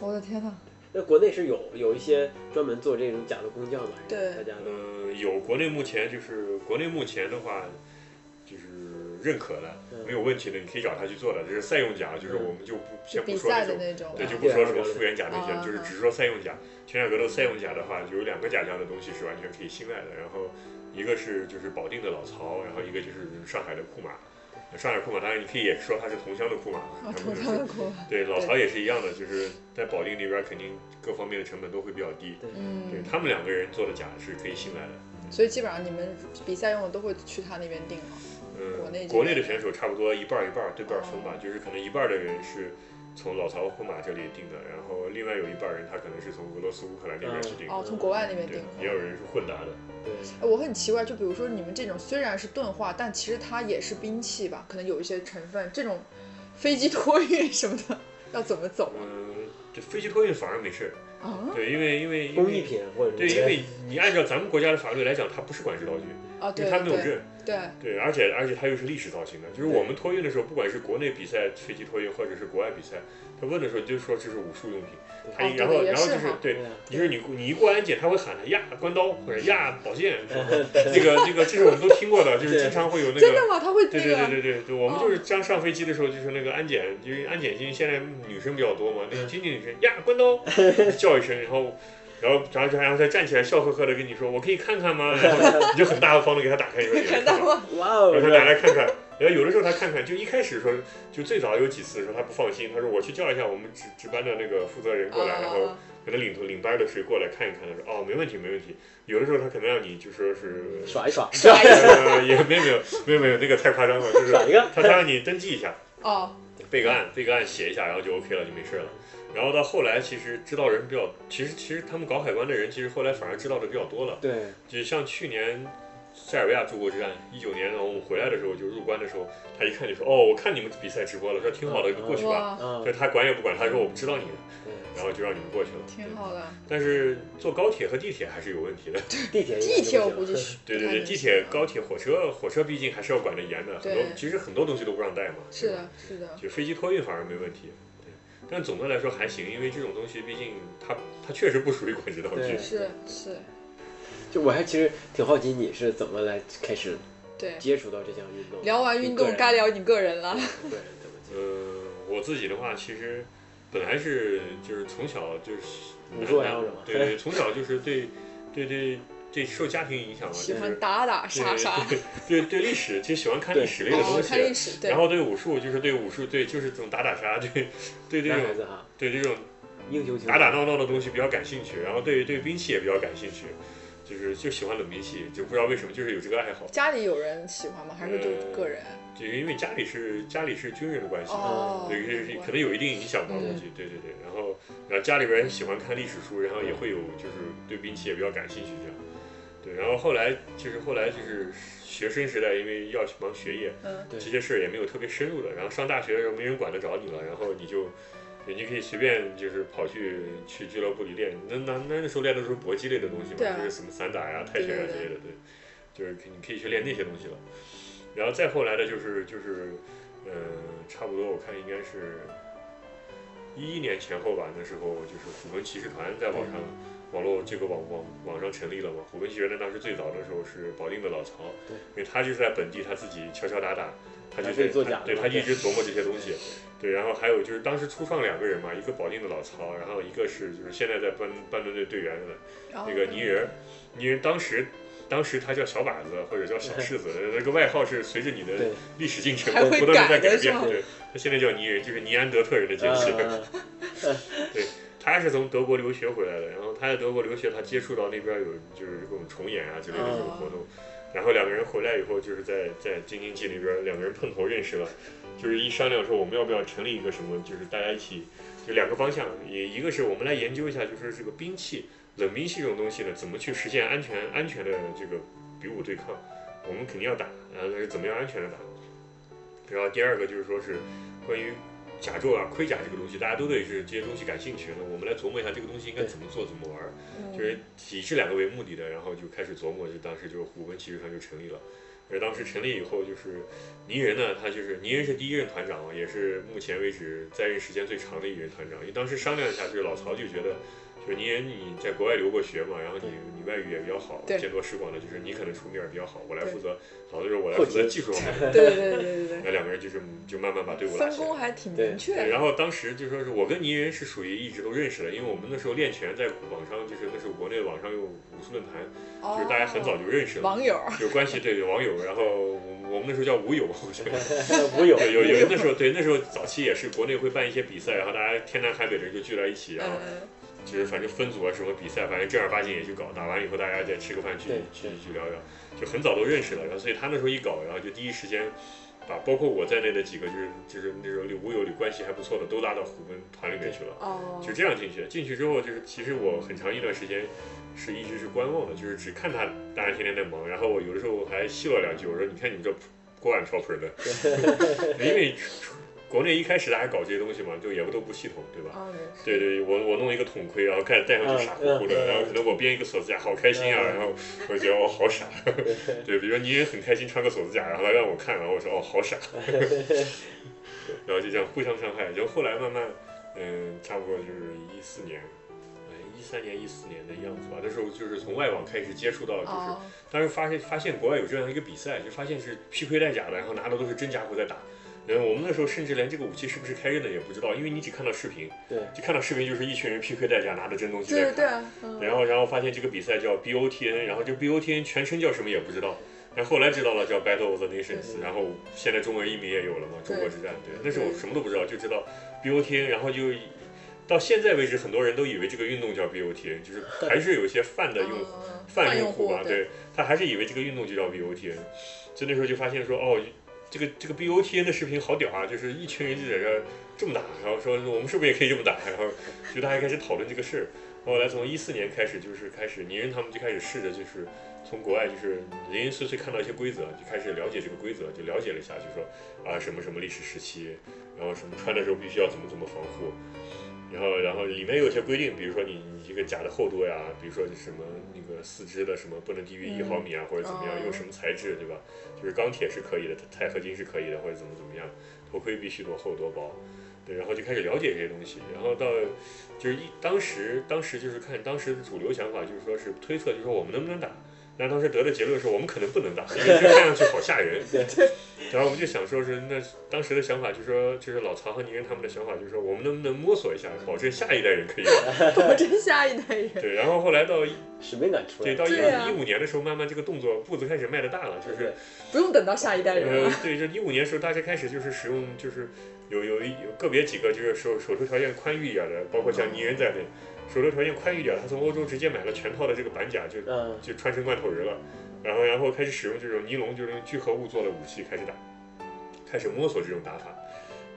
我的天呐，那国内是有有一些专门做这种假的工匠嘛，还是对大家都嗯、有国内目前就是国内目前的话，就是认可的嗯没有问题的，你可以找他去做的。就是赛用甲，就是嗯我们就不就先比不说赛那的种。那种，对，啊就不说什对么啊复原甲那些，啊就是啊只说赛用甲。全甲格斗赛用甲的话，就有两个甲这样的东西是完全可以信赖的。然后一个是就是保定的老曹，然后一个就是上海的库马。上海库马当然你可以也说它是同乡的库马，啊，他同们样的苦，对老曹也是一样的，就是在保定那边肯定各方面的成本都会比较低。对嗯，他们两个人做的甲是可以信赖的。所以基本上你们比赛用的都会去他那边定了，嗯，国内这国内的边哦选手差不多一半儿一半儿对半儿分吧，就是可能一半儿的人是从老曹、库马这里定的，然后另外有一半儿人他可能是从俄罗斯、乌克兰那边去定的，哦，从国外那边对定，也有人是混搭的。对哎，我很奇怪，就比如说你们这种虽然是钝化，但其实它也是兵器吧，可能有一些成分。这种飞机托运什么的，要怎么走嗯，这飞机托运反而没事，啊？对，因为因为因工艺为品或者对，是因为你按照咱们国家的法律来讲，它不是管制道具，啊，因对为它对没有对证。对，对，而且而且它又是历史造型的，就是对我们托运的时候，不管是国内比赛飞机托运，或者是国外比赛，他问的时候你就说这是武术用品，他哦一然后对也然后是就是哈对，啊你是你你一过安检，他会喊他呀关刀或者呀宝剑， 这个这个这是我们都听过的，就是对经常会有那真个。的吗？它会对那对对个对对对，我们就是刚上飞机的时候，就是那个安检，因为安检因为现在女生比较多嘛，那个经济女生呀关刀叫一声，然后然后然后然后她站起来笑呵呵的跟你说我可以看看吗？然后你就很大方的给她打开一个很大吗？哇哦然后他拿来看看。然后有的时候他看看，就一开始说，就最早有几次说他不放心，他说我去叫一下我们值值班的那个负责人过来，然后啊，可能领头领班的谁过来看一看，他说哦没问题没问题。有的时候他可能让你就说 是，耍一耍，甩一下呃也没有没有没有没有那个太夸张了，就是 耍一个，他他让你登记一下， 哦，备个案，备个案写一下，然后就 OK 了，就没事了。然后到后来，其实知道人比较，其实其实他们搞海关的人，其实后来反而知道的比较多了。对，就像去年塞尔维亚中国之战，一九年，然后我们回来的时候就入关的时候，他一看就说：“哦，我看你们比赛直播了，说挺好的，过去吧。哇，嗯”就他管也不管，他说：“我不知道你们。”对然后就让你们过去了。挺好的。但是坐高铁和地铁还是有问题的。地铁应该地铁我就不估行计是对不对太对，能地铁、行高铁、火车，火车毕竟还是要管得严的，很多对其实很多东西都不让带嘛。是对吧的，是的，就飞机托运反而没问题。对，但总的来说还行，因为这种东西毕竟它它确实不属于管制道具对。是是， 就我还其实挺好奇你是怎么来开始对。接触到这项运动，聊完运动，该聊你个人了。对怎么接触？呃，我自己的话，其实本来是就是从小就是武术爱好者嘛对对，从小就是对对对对受家庭影响嘛，喜就是欢打打杀杀，对对对历史就喜欢看对历史类的哦东，看历西。史，对然，后对武术就是对武术对就是这种打打杀对 对这男孩种子哈，对这种英雄情打打闹闹的东西比较感兴趣，然后对对兵器也比较感兴趣，就是就喜欢冷兵器，就不知道为什么就是有这个爱好，家里有人喜欢吗？还是就个人？就是因为家里是家里是军人的关系嘛，哦，对，是是可能有一定影响吧，嗯我估计，对对对。然后，然后家里边人喜欢看历史书，然后也会有就是对兵器也比较感兴趣这样。对，然后后来就是后来就是学生时代，因为要忙学业，嗯，对这些事儿也没有特别深入的。然后上大学的时候没人管得着你了，然后你就，对你可以随便就是跑去去俱乐部里练。那那那时候练的都是搏击类的东西对嘛，啊就是什么散打呀、泰拳呀对对之类的，对，就是可以你可以去练那些东西了。然后再后来的就是就是，呃，差不多我看应该是一一年前后吧，那时候就是虎贲骑士团在网上网络这个网网网上成立了嘛。虎贲骑士团当时最早的时候是保定的老曹，对因为他就是在本地他自己敲敲打打，他就他可以是做他假的对嘛他一对直琢磨这些东西。对，然后还有就是当时初创两个人嘛，一个保定的老曹，然后一个是就是现在在班班伦队队员的然后那个泥人儿，泥人当时当时他叫小靶子或者叫小 柿子，那个外号是随着你的对历史进程还会不断改的在改的是变吗。对，他现在叫泥人，就是尼安德特人的解 析。呃他是从德国留学回来的，然后他在德国留学，他接触到那边有就是各种重演啊之类的这种活动，然后两个人回来以后，就是在在京津冀那边，两个人碰头认识了，就是一商量说我们要不要成立一个什么，就是大家一起，就两个方向，也一个是我们来研究一下，就是这个兵器冷兵器这种东西呢，怎么去实现安全安全的这个比武对抗，我呃们肯定要打，然后是怎么样安全的打，然后第二个就是说是关于甲胄啊、盔甲这个东西，大家都对这这些东西感兴趣，那我们来琢磨一下这个东西应该怎么做、怎么玩儿，嗯就是以这两个为目的的，然后就开始琢磨，就当时就是虎贲骑士团就成立了。而当时成立以后，就是泥人呢，他就是泥人是第一任团长，啊也是目前为止在任时间最长的一任团长。因为当时商量一下，就是老曹就觉得，就是泥人你在国外留过学嘛，然后你你外语也比较好，对见多识广的，就是你可能出面比较好，我来对负责，老子就是我来后负责勤技术方 面。对对对对对那两个人就是就慢慢把队伍对，拉分起来工。还挺对明确。对，然后当时就说是我跟泥人是属于一直都认识的，因为我们那时候练拳在网上，就是那时候国内网上有武术论坛，哦就是大家很早就认识了，网友有关系对有网友，然后我我们那时候叫舞友，我 觉得 不有对有舞有友那时候对那时候早期也是国内会办一些比赛，然后大家天南海北的人就聚在一起，然后嗯，就是反正分组啊什么比赛，反正正儿八经也去搞，打完以后大家再吃个饭去对去去聊聊，就很早都认识了，然后所以他那时候一搞，然后就第一时间把包括我在内的几个就是就是那时候五友里关系还不错的都拉到虎门团里面去了，哦，就这样进去的。进去之后就是其实我很长一段时间是一直是观望的，就是只看他大家天天在忙，然后我有的时候我还戏了两句，我说你看你们这锅碗瓢盆的，因为国内一开始大家搞这些东西嘛，就也不都不系统，对吧？啊，没事对对，我我弄一个桶盔，然后开始戴上去傻乎乎的，嗯嗯然后可能我编一个锁子甲，好开心啊，嗯然后我觉得我好傻， 对，比如说你也很开心穿个锁子甲，然后他让我看，然后我说哦好 傻，然后就这样互相伤害，就后来慢慢，嗯，差不多就是一四年，哎一三年一四年的样子吧，那时候就是从外网开始接触到就是哦，当时发现发现国外有这样一个比赛，就发现是披盔戴甲的，然后拿的都是真家伙在打。然后我们那时候甚至连这个武器是不是开刃的也不知道，因为你只看到视频， 对就看到视频就是一群人披盔戴甲拿着真东西对在对对打。啊，嗯然后然后发现这个比赛叫 BOTN，然后这 BOTN 全称叫什么也不知道，然后后来知道了叫 Battle of the Nations，对然后现在中文译名也有了嘛，中国之战。对，那时候我对什么都不知道，就知道 BOTN，然后就。到现在为止，很多人都以为这个运动叫 BOTN，就是还是有一些泛的用户嗯泛用用户吧，啊对，对他还是以为这个运动就叫 BOTN，就那时候就发现说哦，这个这个 BOTN 的视频好屌啊，就是一群人就在这儿这么打，然后说我们是不是也可以这么打，然后就大家开始讨论这个事儿。后来从一四年开始，就是开始泥人他们就开始试着就是从国外就是零零碎碎看到一些规则，就开始了解这个规则，就了解了一下，就说啊什么什么历史时期，然后什么穿的时候必须要怎么怎么防护，然后然后里面有一些规定，比如说你你这个甲的厚度呀，比如说你什么那个四肢的什么不能低于一嗯毫米啊，或者怎么样，哦用什么材质对吧？就是钢铁是可以的，钛合金是可以的，或者怎么怎么样，头盔必须多厚多薄。对，然后就开始了解这些东西，然后到就是一当时当时就是看当时的主流想法就是说是推测，就是说我们能不能打。但当时得的结论是我们可能不能打，因为这个看上去好 吓人。对 然后我们就想说是那当时的想法就是说，就是老曹和宁人他们的想法就是说，我们能不能摸索一下，保证下一代人可以打。我真下一代人，对，然后后来到一使命感出来对了，到一对啊五一五年的时候，慢慢这个动作步子开始迈得大了，就对是不用等到下一代人 呃了，，对，就一五年的时候，大家开始就是使用，就是有有一有个别几个就是手手头条件宽裕一点的，包括嗯像泥人在内，手头条件宽裕一点，他从欧洲直接买了全套的这个板甲，就嗯，就穿成罐头人了，然后然后开始使用这种尼龙，就是用聚合物做的武器开始打，开始摸索这种打法。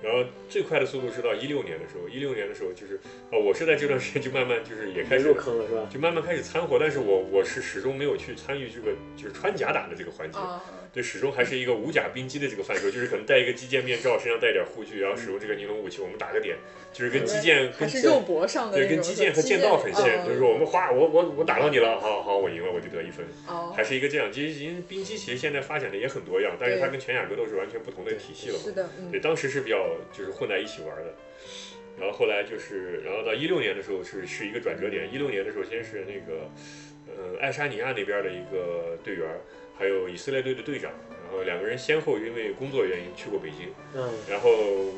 然后最快的速度是到一六年的时候，一六年的时候就是，啊、我是在这段时间就慢慢就是也开没始入坑了是吧？就慢慢开始掺和，但是我我是始终没有去参与这个就是穿甲打的这个环节，啊，对，始终还是一个无甲兵机的这个范畴，就是可能戴一个击剑面罩，身上带点护具，然后使用这个尼龙武器，我们打个点，就是跟击剑还跟是肉搏上的对那种，跟击剑和剑道很像，就是说我们哗我我我打到你了，好好我赢了我就得一分，哦，还是一个这样。其实因为冰机其实现在发展的也很多样，但是它跟拳甲格斗是完全不同的体系了嘛是。的，嗯对，，当时是比较就是混在一起玩的。然后后来就是，然后到一六年的时候是是一个转折点。一六年的时候，先是那个，呃，爱沙尼亚那边的一个队员，还有以色列队的队长，然后两个人先后因为工作原因去过北京。嗯，然后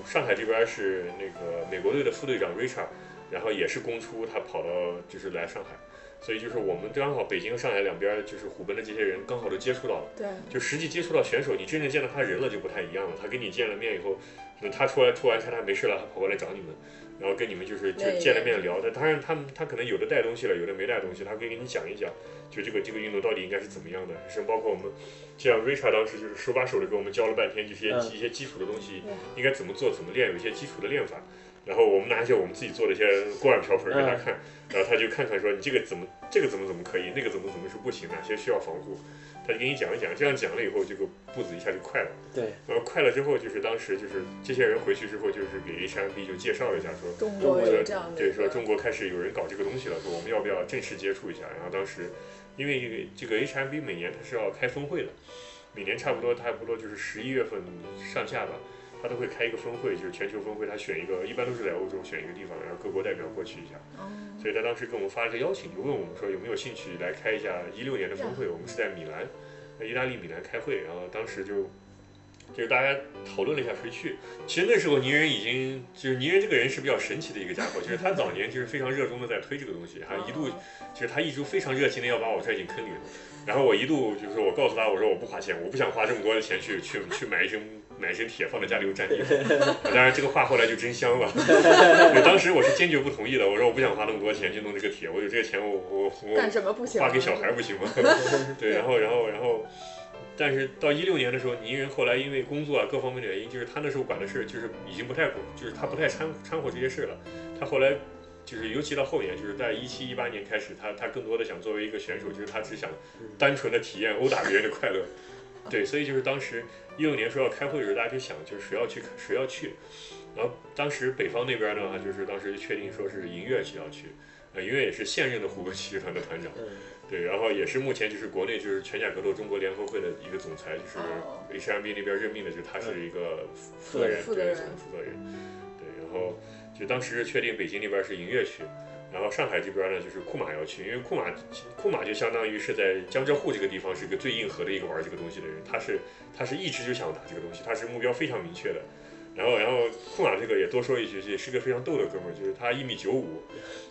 上海这边是那个美国队的副队长 Richard，然后也是公出，他跑到就是来上海，所以就是我们刚好北京、上海两边就是虎贲的这些人刚好都接触到了，对，就实际接触到选手，你真正见到他人了就不太一样了。他跟你见了面以后，那他出来出完差他没事了，他跑过来找你们，然后跟你们就是就对见了面聊。但当然他们他可能有的带东西了，有的没带东西，他可以给你讲一讲，就这个这个运动到底应该是怎么样的。甚至包括我们，就像 Richard 当时就是手把手的给我们教了半天这些嗯一些基础的东西哇，应该怎么做怎么练，有一些基础的练法。然后我们拿一些我们自己做的一些锅碗瓢盆给他看，然后他就看看说你这个怎么这个怎么怎么可以，那个怎么怎么是不行，啊哪些需要防护，他就给你讲一讲，这样讲了以后，这个步子一下就快了。对，然后快了之后，就是当时就是这些人回去之后，就是给 H&B 就介绍了一下说，中中国国有的这样的对，一说个，中国开始有人搞这个东西了，说我们要不要正式接触一下？然后当时，因为这个 H&B 每年它是要开峰会的，每年差不多差不多就是十一月份上下吧，它都会开一个峰会，就是全球峰会，它选一个，一般都是在欧洲选一个地方，然后各国代表过去一下。哦所以他当时给我们发了个邀请，就问我们说有没有兴趣来开一下一六年的峰会，我们是在米兰，在意大利米兰开会，然后当时就就是大家讨论了一下谁去。其实那时候泥人已经就是泥人这个人是比较神奇的一个家伙，就是他早年就是非常热衷的在推这个东西，还一度就是他一直非常热情的要把我拽进坑里头，然后我一度就是我告诉他我说我不花钱，我不想花这么多的钱去去去买一身买一身铁放在家里头占地方。当然这个话后来就真香了，对，当时我是坚决不同意的，我说我不想花那么多钱去弄这个铁，我有这个钱我我干我什么不行啊？花给小孩不行吗？ 对，然后然后然后，但是到一六年的时候，泥人后来因为工作啊各方面的原因，就是他那时候管的事儿就是已经不太就是他不太掺掺和这些事儿了，他后来。就是尤其到后年，就是在一七一八年开始，他他更多的想作为一个选手，就是他只想单纯的体验殴打别人的快乐。对，所以就是当时一六年说要开会的时候，大家就想就是谁要去谁要去，然后当时北方那边的话，就是当时就确定说是银月需要去，呃，银月也是现任的湖北体育团的团长，嗯，对，然后也是目前就是国内就是拳甲格斗中国联合会的一个总裁，哦就是 H&B 那边任命的，就是他是一个负负责责人，人负责对，人总负责人，对，然后就当时确定北京那边是银月区，然后上海这边呢就是库马要去，因为库马库马就相当于是在江浙沪这个地方是一个最硬核的一个玩这个东西的人，他是他是一直就想打这个东西，他是目标非常明确的。然后，然后库马这个也多说一句，也是个非常逗的哥们儿，就是他一米九五，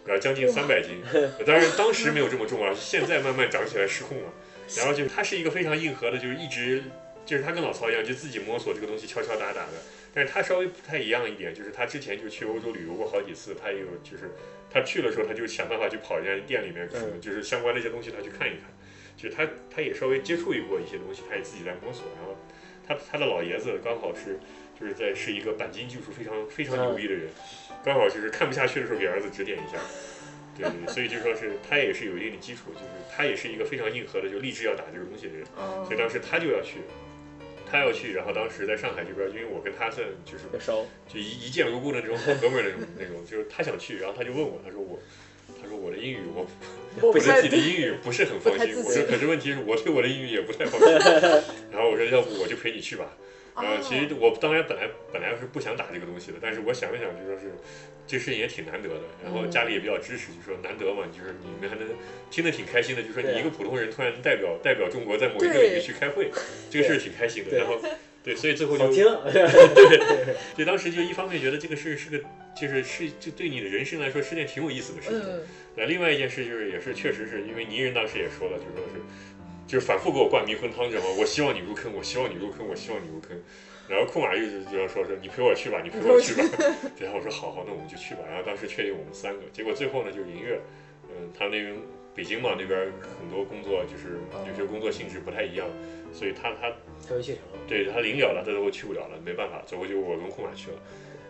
然后将近三百斤，但是当时没有这么重啊，现在慢慢长起来失控了。然后就是他是一个非常硬核的，就是一直就是他跟老曹一样，就自己摸索这个东西敲敲打打的。但是他稍微不太一样一点，就是他之前就去欧洲旅游过好几次，他也有就是他去的时候他就想办法去跑人家店里面，嗯就是相关的一些东西他去看一看。就是他他也稍微接触过一些东西，他也自己在摸索。然后他他的老爷子刚好是就是在是一个钣金技术非常非常牛逼的人，刚好就是看不下去的时候给儿子指点一下。对对，对所以就说是他也是有一定的基础，就是他也是一个非常硬核的，就立志要打这个东西的人。哦所以当时他就要去，他要去，然后当时在上海这边，因为我跟他算就是要烧，就一一见如故的那种好哥们儿那种 那种，就是他想去，然后他就问我，他说我，他说我的英语我我我不对自太己的英语不是很放不太心，自我说信可是问题是我对我的英语也不太放 心，然后我说要不我就陪你去吧，哦然后呃其实我当然本来本来是不想打这个东西的，但是我想了想，就说是这事情也挺难得的，然后家里也比较支持，就说难得嘛，就是你们还能听得挺开心的，就说对你啊一个普通人突然代表代表中国在某一个对领域去开会，这个事儿挺开心的。对然后 对，所以最后好就听啊， 所以当时就一方面觉得这个事是个就是是就对你的人生来说是件挺有意思的事情。嗯，那另外一件事就是，也是确实是因为泥人当时也说了，就说是，就是反复给我灌迷魂汤，知道吗？我希望你入坑，我希望你入坑，我希望你入坑。然后库马又就要说是你陪我去吧，你陪我去吧。然后我说好好，那我们就去吧。然后当时确定我们三个，结果最后呢就是银月，嗯，他那边北京嘛那边很多工作就是有些工作性质不太一样，所以他他他没去成，对他临了了，他最后去不了了，没办法，最后就我跟库马去了。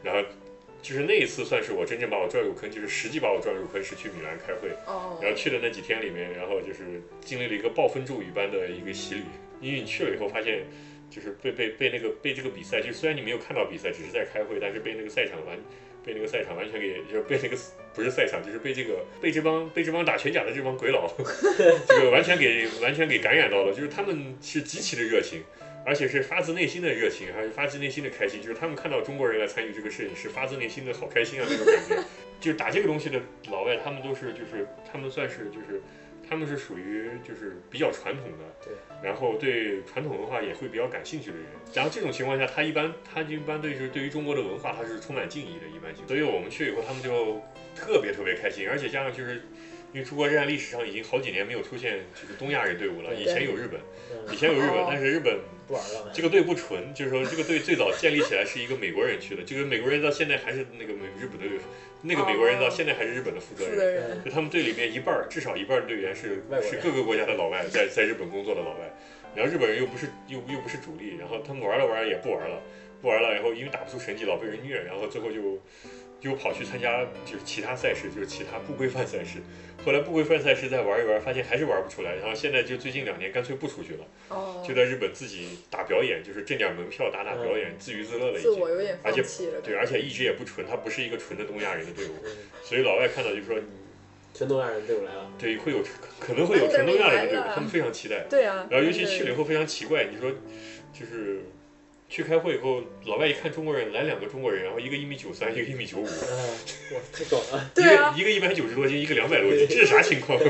然后就是那一次算是我真正把我拽入坑，就是实际把我拽入坑是去米兰开会。哦，然后去的那几天里面，然后就是经历了一个暴风骤雨般的一个洗礼，因为你去了以后发现，就是被被被那个被这个比赛，就虽然你没有看到比赛，只是在开会，但是被那个赛场完，被那个赛场完全给，就是被那个不是赛场，就是被这个被这帮被这帮打拳甲的这帮鬼佬， 这个完全给完全给感染到了，就是他们是极其的热情。而且是发自内心的热情，还是发自内心的开心，就是他们看到中国人来参与这个事情，是发自内心的好开心啊那种感觉。就是打这个东西的老外，他们都是就是他们算是就是他们是属于就是比较传统的，对，然后对传统文化也会比较感兴趣的人。然后这种情况下，他一般他一般对就是对于中国的文化他是充满敬意的，一般性。所以我们去以后，他们就特别特别开心，而且加上就是。因为中国战历史上已经好几年没有出现就是东亚人队伍了，对以前有日本，嗯，以前有日本哦，但是日本不玩了，这个队不纯，就是说这个队最早建立起来是一个美国人去的，这个美国人到现在还是那个美日本的那个美国人到现在还是日本的负责负人。责人，就他们队里面一半儿，至少一半儿队员是外国是人各个国家的老外，在在日本工作的老外，然后日本人又不是又又不是主力，然后他们玩了玩儿也不玩了，不玩了，然后因为打不出成绩，老被人虐，然后最后就又跑去参加就是其他赛事，就是其他不规范赛事。后来不规范赛事再玩一玩，发现还是玩不出来，然后现在就最近两年干脆不出去了，哦就在日本自己打表演，就是挣点门票打打表演，自娱自乐了已自经我。有点放弃了，对，而且一直也不纯，他不是一个纯的东亚人的队伍，嗯， 所以老外看到就说，纯东亚人对我来了，对，会有可能会有纯东亚人的队伍来，了他们非常期待。对啊，然后尤其对去了以后非常奇怪，你说就是去开会以后，老外一看中国人，来两个中国人，然后一个一米九三，一个一米九五，啊，哇，太爽了，对啊，一个一个一百九十多斤，一个两百多斤，这是啥情况？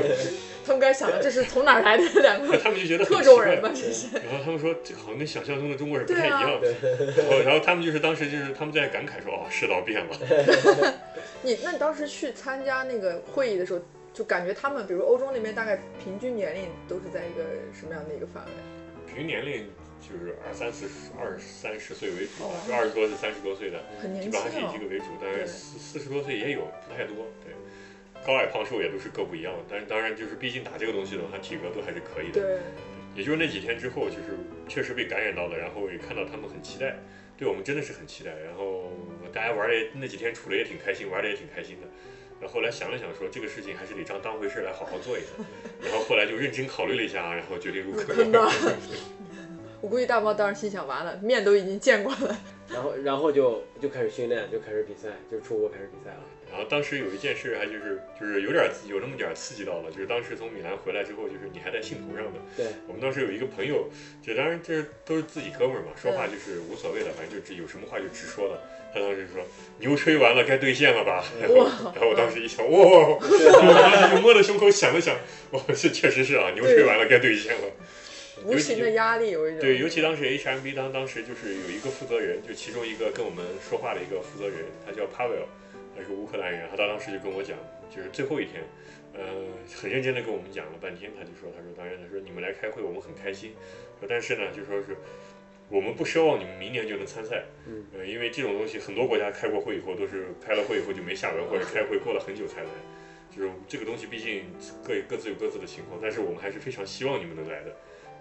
他们该想这是从哪儿来的两个他们就觉得 很特奇种人啊怪。吧？这是然后他们说，这好像跟想象中的中国人不太一样。对然后，然后他们就是当时就是他们在感慨说，哦，世道变了。你那你当时去参加那个会议的时候，就感觉他们，比如欧洲那边大概平均年龄都是在一个什么样的一个范围？平均年龄就是二三四十、二三十岁为主吧哦，就二十多岁、三十多岁的，很基年轻本上还是以哦。这个为主。但是对四四十多岁也有，不太多。对，高矮胖瘦也都是各不一样。但是当然就是，毕竟打这个东西的话，体格都还是可以的。对，也就是那几天之后，就是确实被感染到了，然后也看到他们很期待，对我们真的是很期待。然后大家玩的那几天处的也挺开心，玩的也挺开心的。然后后来想了想说，这个事情还是得当当回事来好好做一下。然后后来就认真考虑了一下，然后决定入入坑。坑 的。我估计大猫当时心想，完了，面都已经见过了， 然后然后就就开始训练，就开始比赛，就出国开始比赛了，然后当时有一件事还就是就是有点有那么点刺激到了，就是当时从米兰回来之后，就是你还在兴头上的。对，我们当时有一个朋友，就当然这是都是自己哥们儿嘛，说话就是无所谓的，反正就只有什么话就直说了。他当时就说牛吹完了该兑现了吧，然后哇然后我当时一想，哇，我当时就摸着胸口想了想，哇，这确实是啊，牛吹完了该兑现了。无形的压力有一种。对，尤其当时 HMB 当当时就是有一个负责人，就其中一个跟我们说话的一个负责人，他叫 Pavel，他是个乌克兰人，他当时就跟我讲，就是最后一天，呃，很认真的跟我们讲了半天，他就说，他说当然，他说你们来开会，我们很开心，说但是呢，就说是。我们不奢望你们明年就能参赛，嗯，呃，因为这种东西很多国家开过会以后都是开了会以后就没下文，或者开会过了很久才来，就是这个东西毕竟各各自有各自的情况，但是我们还是非常希望你们能来的。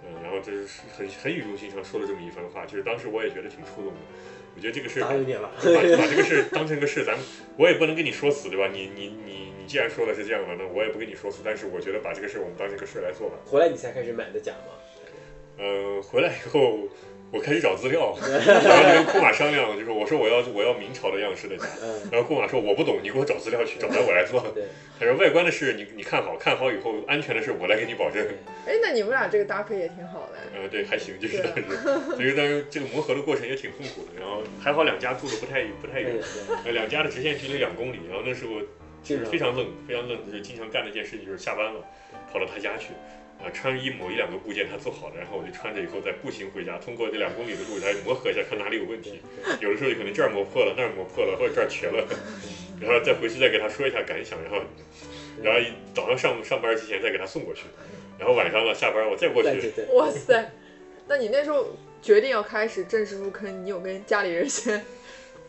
嗯，然后这是很很语重心长说了这么一番话，其实当时我也觉得挺触动的。我觉得这个事答把应你了，把这个事当成个事，咱们我也不能跟你说死，对吧？你你你你既然说了是这样的，那我也不跟你说死。但是我觉得把这个事我们当成个事来做吧。回来你才开始买的假嘛，嗯，回来以后我开始找资料，然后就跟库马商量，就是我说我要我要明朝的样式的假，嗯，然后库马说我不懂，你给我找资料去，找来我来做。对，他说外观的事你你看好，看好以后安全的事我来给你保证。 哎，那你们俩这个搭配也挺好的。呃，对，还行，就是对当啊时，所以当时这个磨合的过程也挺痛苦的。然后还好两家住的不太不太对远，对，呃两家的直线距离两公里。然后那时候啊就是非常愣，非常愣，就是经常干的一件事情就是下班了，跑到他家去，啊、穿一某一两个部件他做好的，然后我就穿着以后再步行回家，通过这两公里的路来磨合一下，看哪里有问题。有的时候可能这儿磨破了，那儿磨破了，或者这儿瘸了，然后再回去再给他说一下感想，然后然后一早上上上班之前再给他送过去，然后晚上了下班我再过对去。对 对，哇塞，那你那时候决定要开始正式入坑，你有跟家里人先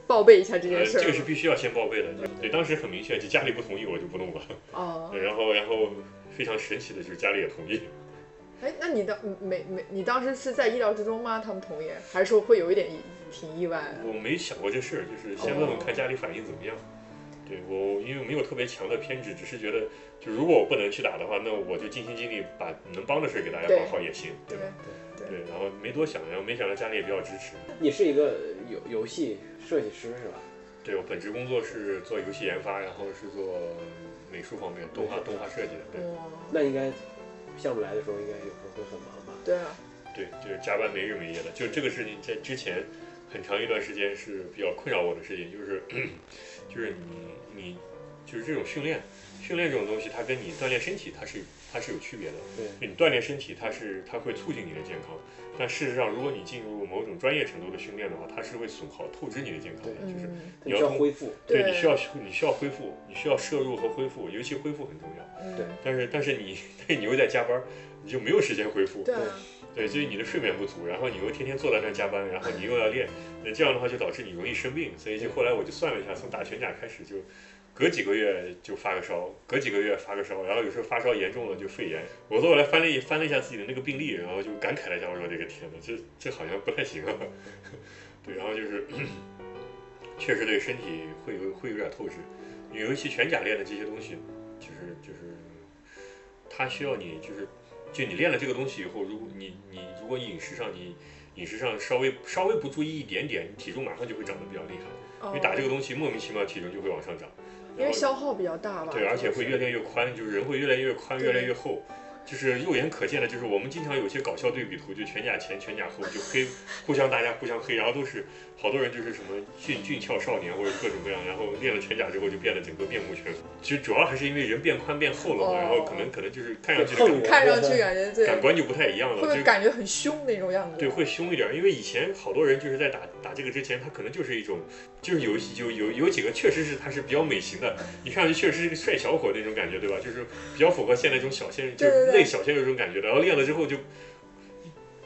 报备一下这呃，件事这儿个吗？是必须要先报备的。就对，当时很明确，就家里不同意我就不弄了。哦，然后，然后非常神奇的就是家里也同意。哎，那你当没没你当时是在意料之中吗？他们同意，还是说会有一点意挺意外的？我没想过这事儿，就是先问问看家里反应怎么样。对我，因为没有特别强的偏执，只是觉得，就如果我不能去打的话，那我就尽心尽力把能帮的事儿给大家对搞好也行，对对吧？对对，然后没多想，然后没想到家里也比较支持。你是一个游游戏设计师是吧？对我本职工作是做游戏研发，然后是做美术嗯方面动画动画设计的。对。哇，那应该项目来的时候，应该有时候会很忙吧？对啊，对，就是加班没日没夜的。就这个事情，在之前很长一段时间是比较困扰我的事情，就是 就是你你就是这种训练，训练这种东西，它跟你锻炼身体，它是它是有区别的。对，就你锻炼身体，它是它会促进你的健康，但事实上，如果你进入某种专业程度的训练的话，它是会损耗、透支你的健康的，就是嗯，你需要恢复，对对你需要你需要恢复，你需要摄入和恢复，尤其恢复很重要。嗯对但是但是你 但是你又在加班儿，你就没有时间恢复。对啊，对，所以你的睡眠不足，然后你又天天坐在那儿加班，然后你又要练，那这样的话就导致你容易生病。所以就后来我就算了一下，从打拳甲开始就隔几个月就发个烧，隔几个月发个烧，然后有时候发烧严重了就肺炎。我后来翻了一翻了一下自己的那个病历，然后就感慨了一 下，我说这个天呐，这这好像不太行啊。对，然后就是。确实对身体会有会有点透支。尤其全甲练的这些东西，就是就是，它需要你就是，就你练了这个东西以后，如果你你如果饮食上你饮食上稍微稍微不注意一点点，你体重马上就会长得比较厉害。因为打这个个，东西莫名其妙体重就会往上涨，哦因然为后消耗比较大吧。对，而且会越来练越宽，就是人会越来越宽，对越来越厚。就是肉眼可见的，就是我们经常有些搞笑对比图，就全甲前、全甲后，就黑，互相大家互相黑，然后都是好多人就是什么俊俊俏少年或者各种各样，然后练了全甲之后就变得整个面目全非。其实主要还是因为人变宽变厚了哦嘛，然后可能可能就是看上去就的横感着看上去感觉对，感官就不太一样会了，不就会感觉很凶那种样子？对，会凶一点儿，因为以前好多人就是在打打这个之前，他可能就是一种，就是有有有有几个确实是他是比较美型的，你看上去确实是个帅小伙那种感觉，对吧？就是比较符合现在这种小鲜，对就对是对类小鲜肉这种感觉的。然后练了之后就，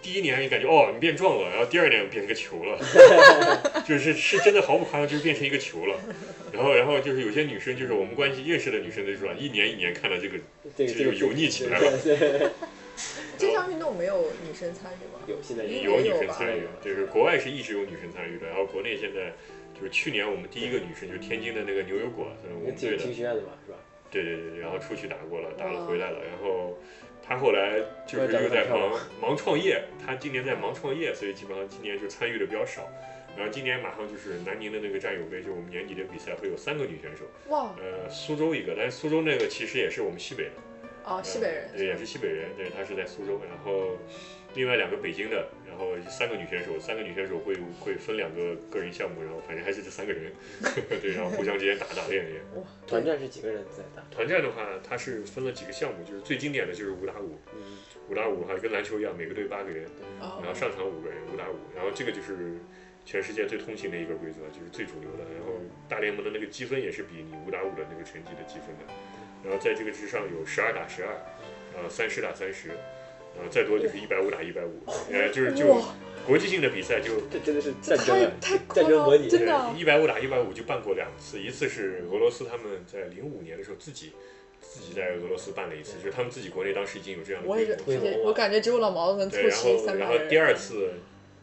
第一年你感觉哦你变壮了，然后第二年变成个球了， 就是是真的毫不夸张，就是变成一个球了。然后然后就是有些女生就是我们关系认识的女生，就是吧，一年一年看到这个，这个这这就个油腻起来了了。对对这项运动没有女生参与吗？有现在也有女有生吧参与，就是国外是一直有女生参与的，然后国内现在就是去年我们第一个女生就是天津的那个牛油果，就是我们体育队的体，育学院的嘛，是吧？对对对，对然后出去打过了，打了哦回来了，然后她后来就是又在忙忙创业，她今年在忙创业，所以基本上今年就参与的比较少。然后今年马上就是南宁的那个战友杯，就是我们年底的比赛会有三个女选手，哇呃，苏州一个，但是苏州那个其实也是我们西北的，啊，西北人呃对，也是西北人，对，他是在苏州，然后另外两个北京的，然后三个女选手，三个女选手会会分两个个人项目，然后反正还是这三个人， 对，然后互相之间打打练练。哇，团战是几个人在打？团战的话，它是分了几个项目，就是最经典的就是五打五，嗯，五打五还跟篮球一样，每个队八个人，哦然后上场五个人，五打五，然后这个就是全世界最通行的一个规则，就是最主流的。然后大联盟的那个积分也是比你五打五的那个成绩的积分的。然后在这个之上有十二打十二，呃，三十打三十，呃，再多就是一百五打一百五，呃，就是就哇，国际性的比赛就这真的是这战争太啊！太夸战争张模拟了，真的啊一百五打一百五就办过两次，一次是俄罗斯他们在零五年的时候自己自己在俄罗斯办了一次，就是他们自己国内当时已经有这样的我规也模觉了。推得，崇啊我感觉只有老毛子能凑对，然齐后三百然后人。第二次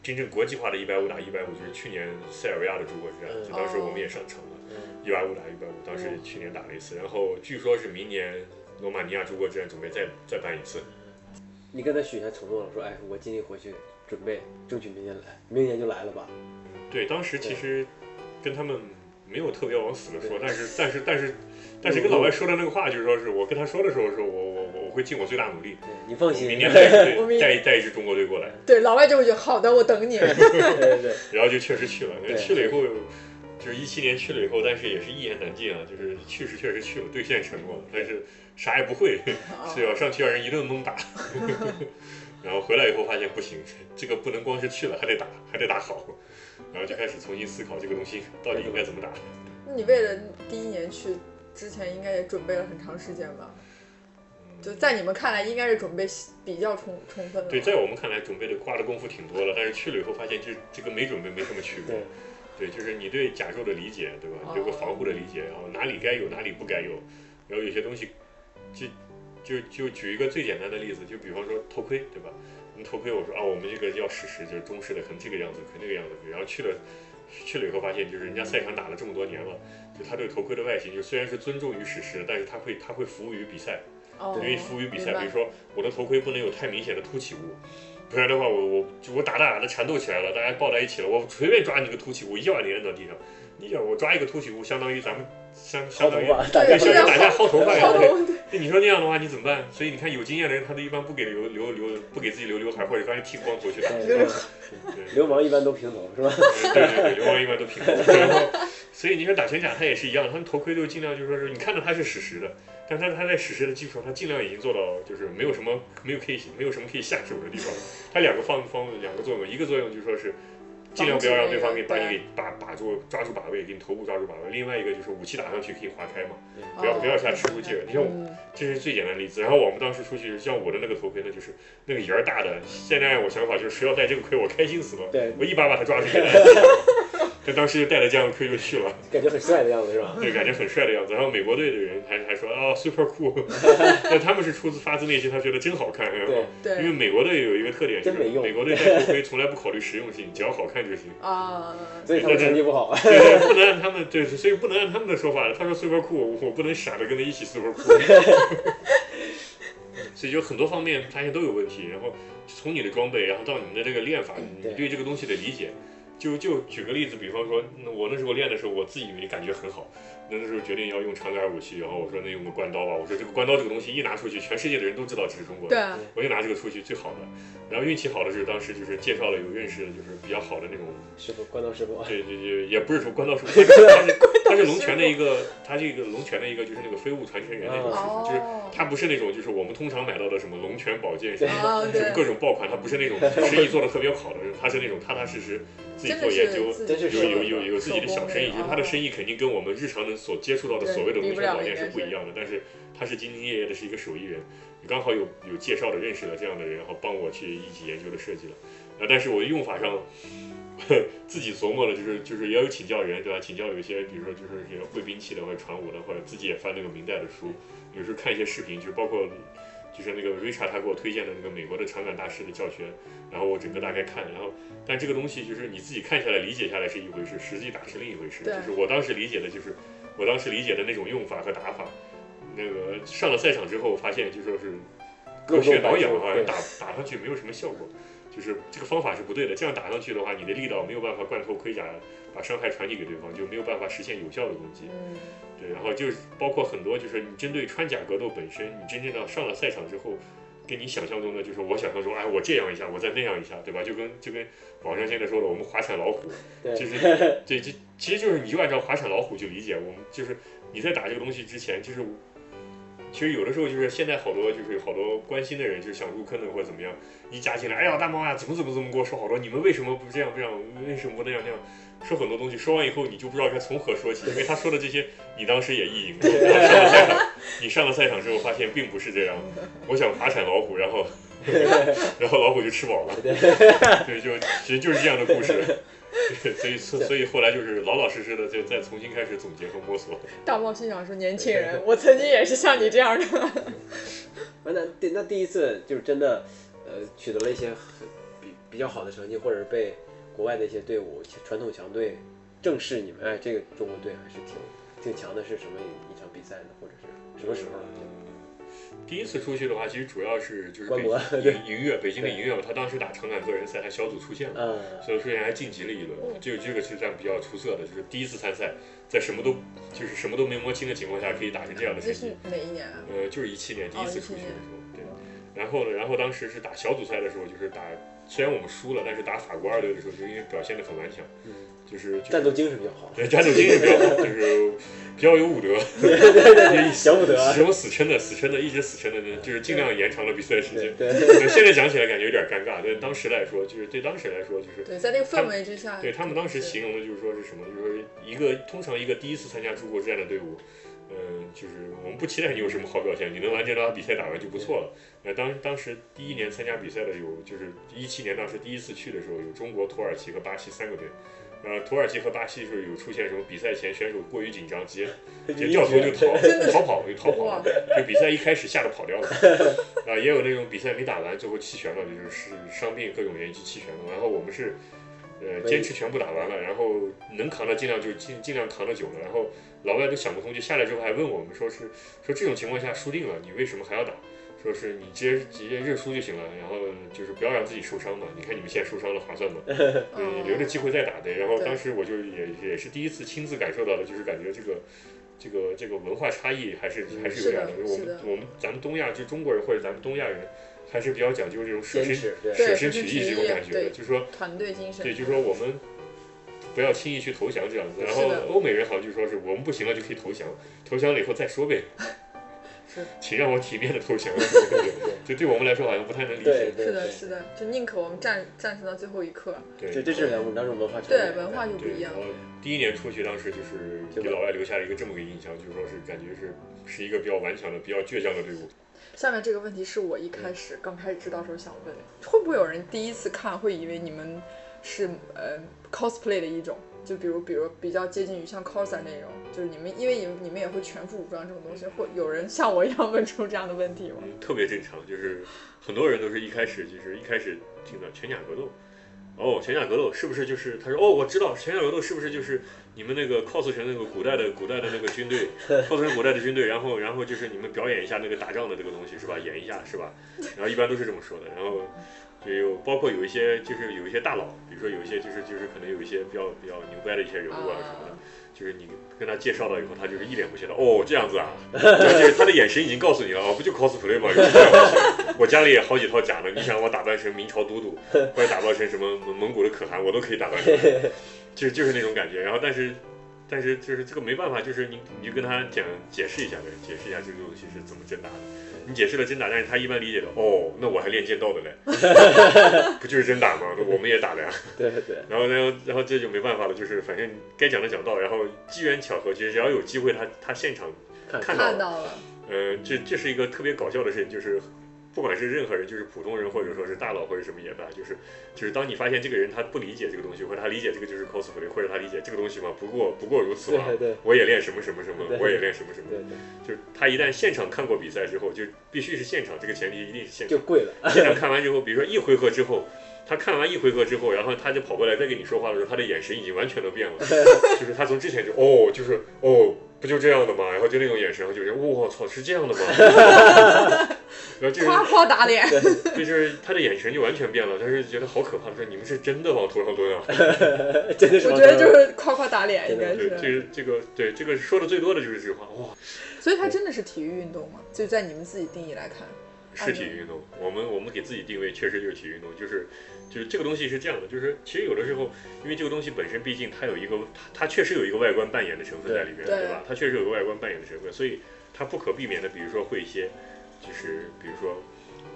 真正国际化的一百五打一百五，就是去年塞尔维亚的主国之战，嗯就当时我们也上场了，嗯一百五打一百五，当时哦嗯去年打了一次，然后据说是明年罗马尼亚主国之战准备再再办一次，你跟他许下承诺了，说哎，我尽力回去准备，争取明年来，明年就来了吧。对，当时其实跟他们没有特别往死了说对，但是但是但嗯是但是跟老外说的那个话，就是说是我跟他说的时候，说我我我我会尽我最大努力，对你放心，明年带一 支我明队带一带一支中国队过来，对，老外就会觉得好的，我 等你。对对对，然后就确实去了，对去了以后。就是一七年去了以后，但是也是一言难尽啊。就是去是确实去了，兑现承诺，但是啥也不会， 啊是吧？上去让人一顿猛打，然后回来以后发现不行，这个不能光是去了，还得打，还得打好，然后就开始重新思考这个东西到底应该怎么打。那你为了第一年去之前，应该也准备了很长时间吧？就在你们看来，应该是准备比较充充分的。对，在我们看来，准备的花的功夫挺多了，但是去了以后发现就，这个没准备没什么区别对。对，就是你对甲胄的理解，对吧？哦你对个防护的理解，然后哪里该有，哪里不该有，然后有些东西，就就就举一个最简单的例子，就比方说头盔，对吧？我们头盔，我说啊，我们这个要实时，就是中式的，可能这个样子，可能那个样子，然后去了。去了以后发现，就是人家赛场打了这么多年了，就他对头盔的外形，就虽然是尊重于史实，但是他会他会服务于比赛，哦，因为服务于比赛，明白比如说我的头盔不能有太明显的凸起物，不然的话我我就我打打打的缠斗起来了，大家抱在一起了，我随便抓你个凸起物，一脚把你摁到地上，你想我抓一个凸起物，相当于咱们相薅相当于头发，大家 对，就相是当于大家薅头发一好样。的，对我对哎那你说那样的话你怎么办？所以你看有经验的人，他都一般不给留留留不给自己留刘海，或者干脆剃光头去打。对对就对是对流氓一般都平头是吧？对对，流氓一般都平头。然后，所以你说打拳甲他也是一样，他们头盔都尽量就是说是你看到它是史实的，但他他在史实的基础上，他尽量已经做到就是没有什么没有可以没有什么可以下手的地方。它两个方方两个作用，一个作用就是说是尽量不要让对方给把你给把把住抓住把位，给你头部抓住把位；另外一个就是武器打上去可以划开嘛，不要不要下吃出去。你像我哦嗯这是最简单的例子。然后我们当时出去，像我的那个头盔呢，就是那个檐儿大的。现在我想法就是，谁要戴这个盔，我开心死了。对 我一把把他抓出去，但当时就带着这样的盔就去了，感觉很帅的样子是吧？对，感觉很帅的样子。然后美国队的人还还说啊、s u p e r cool，但他们是出自发自内心，他觉得真好看。然后对，因为对美国队有一个特点，就真是没用美国队戴头盔从来不考虑实用性，只要好看就行。啊，所以他们成绩不好。对对，不能按他们对，所以不能按他们的说法。他说 super cool，我不能傻的跟他一起 super cool。所以就很多方面发现都有问题，然后从你的装备，然后到你的这个练法，嗯你对对这个东西的理解，就就举个例子，比方说，那我那时候练的时候，我自己以为感觉很好，那那时候决定要用长杆武器，然后我说那用个关刀吧，我说这个关刀这个东西一拿出去，全世界的人都知道这是中国的，对啊，我就拿这个出去最好的。然后运气好的是当时就是介绍了有认识的，就是比较好的那种师傅，关刀师傅，对对对，也不是说关刀师傅，他是他是龙泉的一个，他是一个龙泉的一个就是那个飞物传承人那种师傅，就是哦，他不是那种就是我们通常买到的什么龙泉宝剑什么啊什么对，各种爆款，他不是那种生意做的特别好的，他是那种踏踏实实自己真做的研究。是真是有手有工有有自己的小生意，就是他啊的生意肯定跟我们日常的所接触到的所谓的龙泉宝剑是不一样的，但是他是兢兢业业的是一个手艺人，刚好有有介绍的认识了这样的人，然后帮我去一起研究的设计了，啊，但是我用法上 自己琢磨了，就是就是也有请教人，对吧？请教有一些，比如说就是这个会兵器的或者传武的，或者自己也翻那个明代的书，有时候看一些视频，就是包括就是那个 Richard 他给我推荐的那个美国的长杆大师的教学，然后我整个大概看，然后但这个东西就是你自己看下来理解下来是一回事，实际打是另一回事。对就是我当时理解的就是我当时理解的那种用法和打法，那个上了赛场之后发现就说是各隔种靴百挠出痒啊对，打打上去没有什么效果，就是这个方法是不对的。这样打上去的话，你的力道没有办法贯透盔甲，把伤害传递给对方，就没有办法实现有效的攻击。嗯对，然后就是包括很多，就是你针对穿甲格斗本身，你真正到上了赛场之后，跟你想象中的，就是我想象中，哎，我这样一下，我再那样一下，对吧？就跟就跟网上现在说的，我们滑铲老虎，对 就是对，这其实就是你就按照滑铲老虎去理解，我们就是你在打这个东西之前，就是其实有的时候就是现在好多就是好多关心的人，就是想入坑的或者怎么样，一加进来，哎呀大猫呀，怎么怎么怎么给我说好多，你们为什么不这样不这样，为什么不那样那样，说很多东西，说完以后你就不知道该从何说起，因为他说的哎这些你当时也意淫过，然后上了赛场， 你上了赛场之后发现并不是这样，我想滑铲老虎，然后 然后老虎就吃饱了，对，就其实就是这样的故事。对所以，所以所以后来就是老老实实的，就再重新开始总结和摸索。大猫心想说：“年轻人，我曾经也是像你这样的。啊，那第那第一次就是真的，呃，取得了一些很比比较好的成绩，或者是被国外的一些队伍、传统强队正视你们，哎，这个中国队还是挺挺强的，是什么一场比赛呢？或者是什么时候啊了？第一次出去的话，其实主要是就是观摩北对银银月，北京的银月嘛，他当时打长杆个人赛，还小组出线了，嗯，所以出线还晋级了一轮。这个这个是算比较出色的，就是第一次参赛，在什么都就是什么都没摸清的情况下，可以打成这样”的成 这绩嗯是。哪一年啊？呃，就是一七年第一哦次17出去年的时候，对。然后呢，然后当时是打小组赛的时候，就是打，虽然我们输了，但是打法国二队的时候，就因为表现的很顽强，嗯就是就是战斗精神比较好，对，家酒精也比较好，就是比较有武德， 小不得啊，什么死撑的、死撑的，一直死撑的，就是尽量延长了比赛时对间。对，对，现在讲起来感觉有点尴尬，但当时来说，就是对当时来说，就是对，在那个氛围之下，对他们当时形容的就是说是什么，就是说一个通常一个第一次参加中国之战的队伍，嗯、就是我们不期待你有什么好表现，你能完整地把比赛打完就不错了。那当当时第一年参加比赛的有，就是一七年当时第一次去的时候，有中国、土耳其和巴西三个队。呃，土耳其和巴西是有出现什么比赛前选手过于紧张，直接直接掉头就逃，逃跑就逃跑哇了，就比赛一开始吓得跑 掉了。啊，也有那种比赛没打完，最后弃权了，就是是伤病各种原因去弃权了。然后我们是，呃，可以坚持全部打完了，然后能扛的尽量就尽尽量扛的久了。然后老外都想不通，就下来之后还问我们说是说这种情况下输定了，你为什么还要打？说是你直接直接认输就行了，然后就是不要让自己受伤嘛。你看你们现在受伤了，划算吗？对，留着机会再打对。然后嗯对当时我就也也是第一次亲自感受到的，就是感觉这个这个这个文化差异还是嗯还是有点是的因为我是们的我们咱们东亚就中国人或者咱们东亚人还是比较讲究这种舍坚身持对，对舍身舍身取取义这种义感觉对的，就是说嗯团队精神。对，就是说我们不要轻易去投降这样子。然是后的欧美人好像就说是我们不行了就可以投降，投降了以后再说呗 是。请让我体面的投降， 对就对我们来说好像不太能理对解。对是的，对，是的，就宁可我们战战胜到最后一刻，对，这这是我们当中文化差异，对文化就不对，一然样后。第一年出去，当时就是对吧给老外留下了一个这么个印象，就是说是感觉是是一个比较顽强的、比较倔强的队伍。下面这个嗯问题是我一开始刚开始知道时候想问的，会不会有人第一次看会以为你们是呃 cosplay 的一种，就比如比如比较接近于像 coser 那种，就是你们因为你们你们也会全副武装这种东西，会有人像我一样问出这样的问题吗？嗯，特别正常，就是很多人都是一开始就是一开始听到全甲格斗，哦，全甲格斗是不是就是他说哦，我知道全甲格斗是不是就是你们那个 cos 成那个古代的古代的那个军队，cos 成古代的军队，然后然后就是你们表演一下那个打仗的这个东西是吧，演一下是吧，然后一般都是这么说的，然后。就有包括有一些就是有一些大佬，比如说有一些就是就是可能有一些比较比较牛掰的一些人物啊什么的，就是你跟他介绍了以后，他就是一脸不屑的，哦，这样子啊，就是他的眼神已经告诉你了，哦，不就 cosplay 吗？ 有什么了不起我家里也好几套假呢，你想我打扮成明朝都督，或者打扮成什么蒙蒙古的可汗，我都可以打扮成， 就就是那种感觉。然后但是但是就是这个没办法，就是你你就跟他讲解释一下呗，解释一下这个东西是怎么真打的。你解释了真打，但是他一般理解的，哦，那我还练剑道的嘞， 不就是真打吗？那我们也打了呀。对对，然后，然后，然后这就没办法了，就是反正该讲的讲到，然后机缘巧合，其实只要有机会他，他现场，看看看到了，呃，这这是一个特别搞笑的事情，就是不管是任何人，就是普通人或者说是大佬或者什么也罢，就是就是当你发现这个人他不理解这个东西，或者他理解这个就是 cosplay，或者他理解这个东西嘛，不过不过如此对嘛，对对我也练什么什么什么对，我也练什么什么，对对，就是他一旦现场看过比赛之后，就必须是现场，这个前提一定是现场就。跪了， 现场看完之后，比如说一回合之后，他看完一回合之后，然后他就跑过来再跟你说话的时候，他的眼神已经完全都变了，就是他从之前就哦，就是哦，不就这样的嘛，然后就那种眼神，然后就是我操，是这样的吗？ 然后就是夸夸打脸，对，就是他的眼神就完全变了，但是觉得好可怕，说你们是真的往头上蹲啊？真的是我往觉头得上就是夸夸打脸应该对，这是。个这个对这个说的最多的就是这句话，哇，所以它真的是体育运动吗？就在你们自己定义来看，是体育运动，我们我们给自己定位确实就是体育运动，就是就是这个东西是这样的，就是其实有的时候，因为这个东西本身毕竟它有一个它它确实有一个外观扮演的成分在里面，对对吧？它确实有个外观扮演的成分，所以它不可避免的，比如说会一些，就是比如说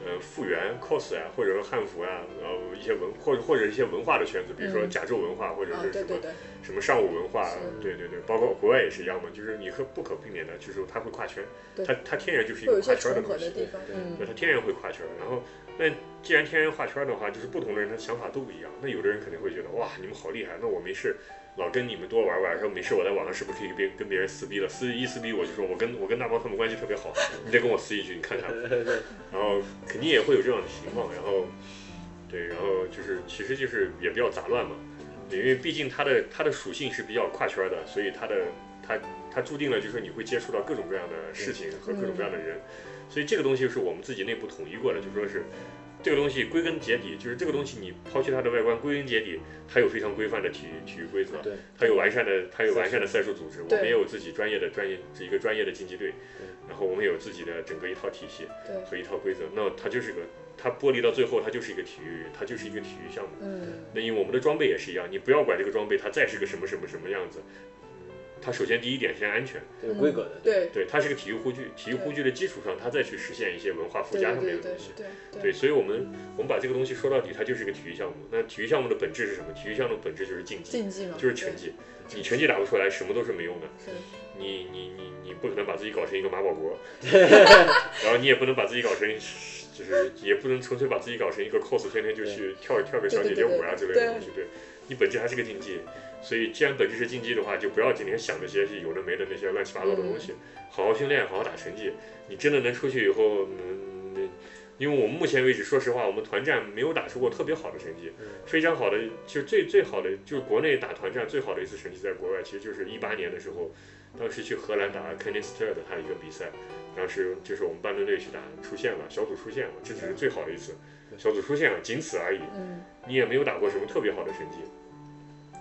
呃复原 cos 啊，或者说汉服啊，然后一些文或者或者一些文化的圈子，比如说嗯甲胄文化或者啊，是什对么、对对，什么尚武文化是，对对对，包括国外也是一样嘛，就是你可不可避免的，就是它会跨圈，对它它天然就是一会有个一跨些圈的重合东西的。地方，对嗯对，，他天然会画圈儿。然后，那既然天然画圈儿的话，就是不同的人他想法都不一样。那有的人肯定会觉得，哇，你们好厉害，那我没事老跟你们多玩玩，说没事我在网上是不是可以跟跟别人撕逼了？撕一撕逼，我就说我跟我跟大猫他们关系特别好，你再跟我撕一句，你看看。然后肯定也会有这样的情况，然后对，然后就是其实就是也比较杂乱嘛，因为毕竟它的它的属性是比较跨圈儿的，所以它的它它注定了就是你会接触到各种各样的事情和各种各样的人，所以这个东西是我们自己内部统一过的，就说是。这个东西归根结底就是这个东西，你抛弃它的外观，归根结底它有非常规范的体育体育规则，对，它有完善的，它有完善的赛事组织，我对们也有自己专业的专业一个专业的竞技队，然后我们也有自己的整个一套体系对，和一套规则。那它就是个，它剥离到最后，它就是一个体育，它就是一个体育项目。嗯，那因为我们的装备也是一样，你不要管这个装备它再是个什么什么什么样子，嗯它首先第一点先安全，这个规格的，对，对，它是个体育护具，体育护具的基础上，它再去实现一些文化附对加对上面对的东对西。对对，，所以我们我们把这个东西说到底，它就是一个体育项目。那体育项目的本质是什么？体育项目的本质就是竞技，竞技嘛，就是拳对，击。你拳击打不出来，什么都是没用的。是你你你你不可能把自己搞成一个马保 国，然后你也不能把自己搞成，就是也不能纯粹把自己搞成一个 cos，天天就去跳跳个小姐姐舞啊之类的东西。对，你本质还是个竞技，所以既然本质是竞技的话，就不要整天想那些有的没的那些乱七八糟的东西，好好训练，好好打成绩。你真的能出去以后，嗯，那因为我们目前为止，说实话，我们团战没有打出过特别好的成绩，嗯非常好的，就最最好的，就是国内打团战最好的一次成绩，在国外其实就是一八年的时候，当时去荷兰打 k e n n e s t e r 的他一个比赛，当时就是我们班队队去打，出现了小组出现了，这只是最好的一次，小组出现了，仅此而已，嗯，你也没有打过什么特别好的成绩。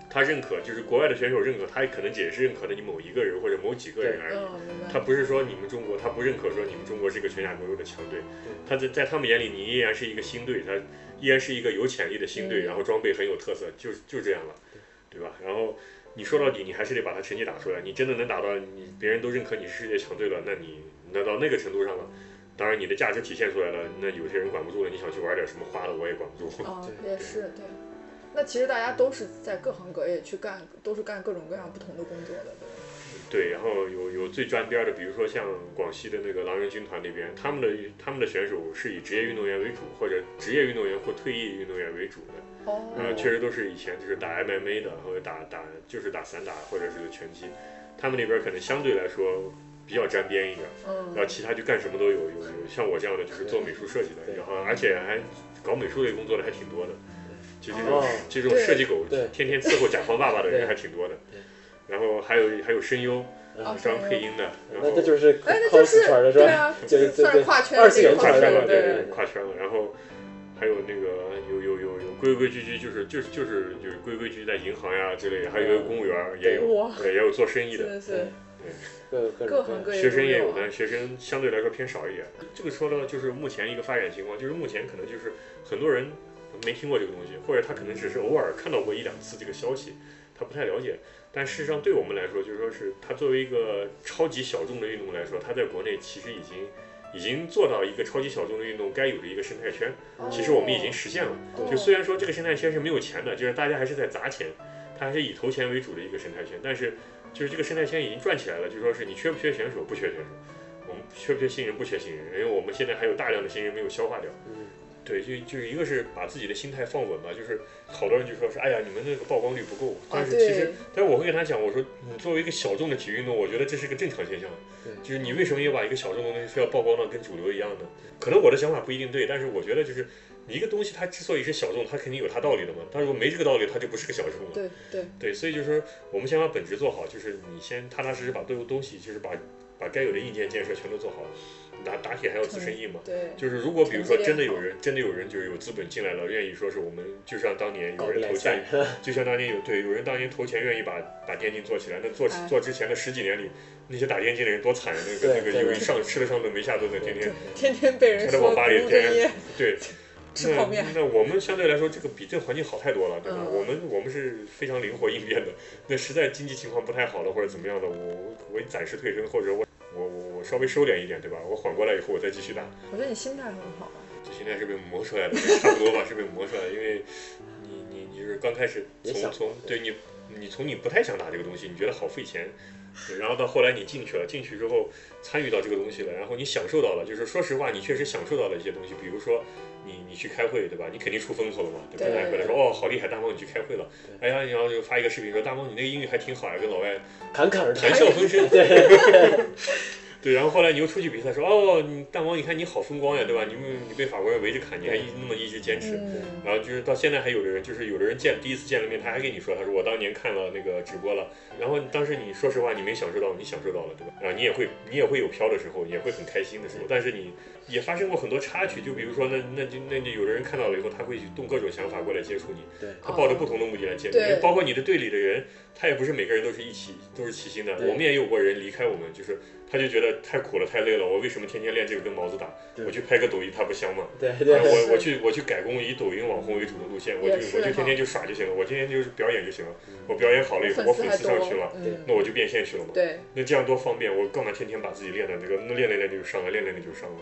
他认可，就是国外的选手认可，他可能也是认可的你某一个人或者某几个人而已。嗯，明哎他白，不是说你们中国，他不认可说你们中国是一个全亚国的强队，他在在他们眼里你依然是一个新队，他依然是一个有潜力的新队，嗯然后装备很有特色，就就这样了，对吧？然后你说到底，你还是得把他成绩打出来，你真的能打到你别人都认可你是世界强队了，那你那到那个程度上了，当然你的价值体现出来了，那有些人管不住了，你想去玩点什么花的，我也管不住。哦，对也是对。那其实大家都是在各行各业去干，都是干各种各样不同的工作的，对吧对，然后有有最沾边儿的，比如说像广西的那个狼人军团那边，他们的他们的选手是以职业运动员为主，或者职业运动员或退役运动员为主的，哦，呃，确实都是以前就是打 MMA 的，或者打打就是打散打或者是拳击，他们那边可能相对来说比较沾边一点，然后嗯，其他就干什么都有，有有像我这样的就是做美术设计的，对然后而且还搞美术类工作的还挺多的，就这种哦，这种设计狗对天天伺候甲方爸爸的人对还挺多的对，然后还有还有声优，啊嗯，当配音的，然那后这就是哎，那就 cos 是圈了是对吧？啊，就就算对是跨圈二次元跨圈圈了了，对对对对，跨圈了，然后。还有那个有有有有规规矩矩，就是就是就是就是规规矩矩在银行呀之类的，还有一个公务员儿也对有，哇，对，也有做生意真的，嗯的是各各各种行各啊各业学生也有，啊的，但学生相对来说偏少一点。这个说到就是目前一个发展情况，就是目前可能就是很多人没听过这个东西，或者他可能只是偶尔看到过一两次这个消息，他不太了解。但事实上对我们来说，就是说是它作为一个超级小众的运动来说，它在国内其实已经已经做到一个超级小众的运动该有的一个生态圈。哦其实我们已经实现了。哦就虽然说这个生态圈是没有钱的，就是大家还是在砸钱，它还是以投钱为主的一个生态圈，但是就是这个生态圈已经转起来了，就说是你缺不缺选手？不缺选手。我们缺不缺新人？不缺新人，因为我们现在还有大量的新人没有消化掉。嗯，对，就就是一个是把自己的心态放稳吧，就是好多人就说是哎呀，你们那个曝光率不够，哦但是其实啊对，但是我会跟他讲，我说你作为一个小众的体育运动，我觉得这是个正常现象。对就是你为什么要把一个小众的东西非要曝光到跟主流一样呢？可能我的想法不一定对，但是我觉得就是你一个东西它之所以是小众，它肯定有它道理的嘛。它如果没这个道理，它就不是个小众了。对对，对，所以就是说，我们先把本职做好，就是你先踏踏实实把对东西，就是把把该有的硬件建设全都做好。打打铁还要自身硬嘛。对，就是如果比如说成绩真的良有好人真的有人就是有资本进来了，愿意说是我们就像当年搞有不人来投钱钱，就像当年有对有人当年投钱愿意把把电竞做起来，那做哎做之前的十几年里，那些打电竞的人多惨啊！那对个那个对有对一上吃了上顿没下顿的，天天天天被人天天说往巴黎不务正天业，对。 嗯吃泡那面那我们相对来说，这个比这个环境好太多了，对吧？嗯我们我们是非常灵活应变的。那实在经济情况不太好了，或者怎么样的，我我暂时退身，或者我我我我稍微收敛一点，对吧？我缓过来以后，我再继续打。我觉得你心态很好啊，这心态是被磨出来的，差不多吧，是被磨出来的。因为你你你就是刚开始也从想从对你你从你不太想打这个东西，你觉得好费钱，对然后到后来你进去了，进去之后参与到这个东西了，然后你享受到了，就是说实话，你确实享受到了一些东西，比如说你你去开会，对吧？你肯定出风头了嘛，对吧？对大家回来说哦，好厉害，大猫你去开会了，哎对呀，然后就发一个视频说大猫你那个英语还挺好呀，跟老外侃侃而谈 谈，笑风生。对，哎对，然后后来你又出去比赛说哦，你大毛你看你好风光呀，对吧？你你被法国人围着砍，你还一那么一直坚持。嗯，然后就是到现在还有的人，就是有的人见第一次见了面，他还跟你说，他说我当年看了那个直播了，然后当时你说实话你没享受到，你享受到了，对吧？然后你也会你也会有飘的时候，你也会很开心的时候，但是你也发生过很多插曲，就比如说那那就那就有的人看到了以后，他会动各种想法过来接触你，对他抱着哦不同的目的来接触啊对你，包括你的队里的人，他也不是每个人都是一起都是齐心的，对我们也有过人离开我们，就是他就觉得太苦了太累了，我为什么天天练这个跟毛子打，对我去拍个抖音他不香吗？对哎对，我我去我去改工，以抖音网红为主的路线，我就也是我就哈嗯天天就耍就行了，我天天就是表演就行了。我表演好了以后，我粉丝粉还丝上多去了，，嗯，那我就变现去了嘛。对，那这样多方便，我干嘛天天把自己练的那个，那练练练就伤了，练练练就伤了。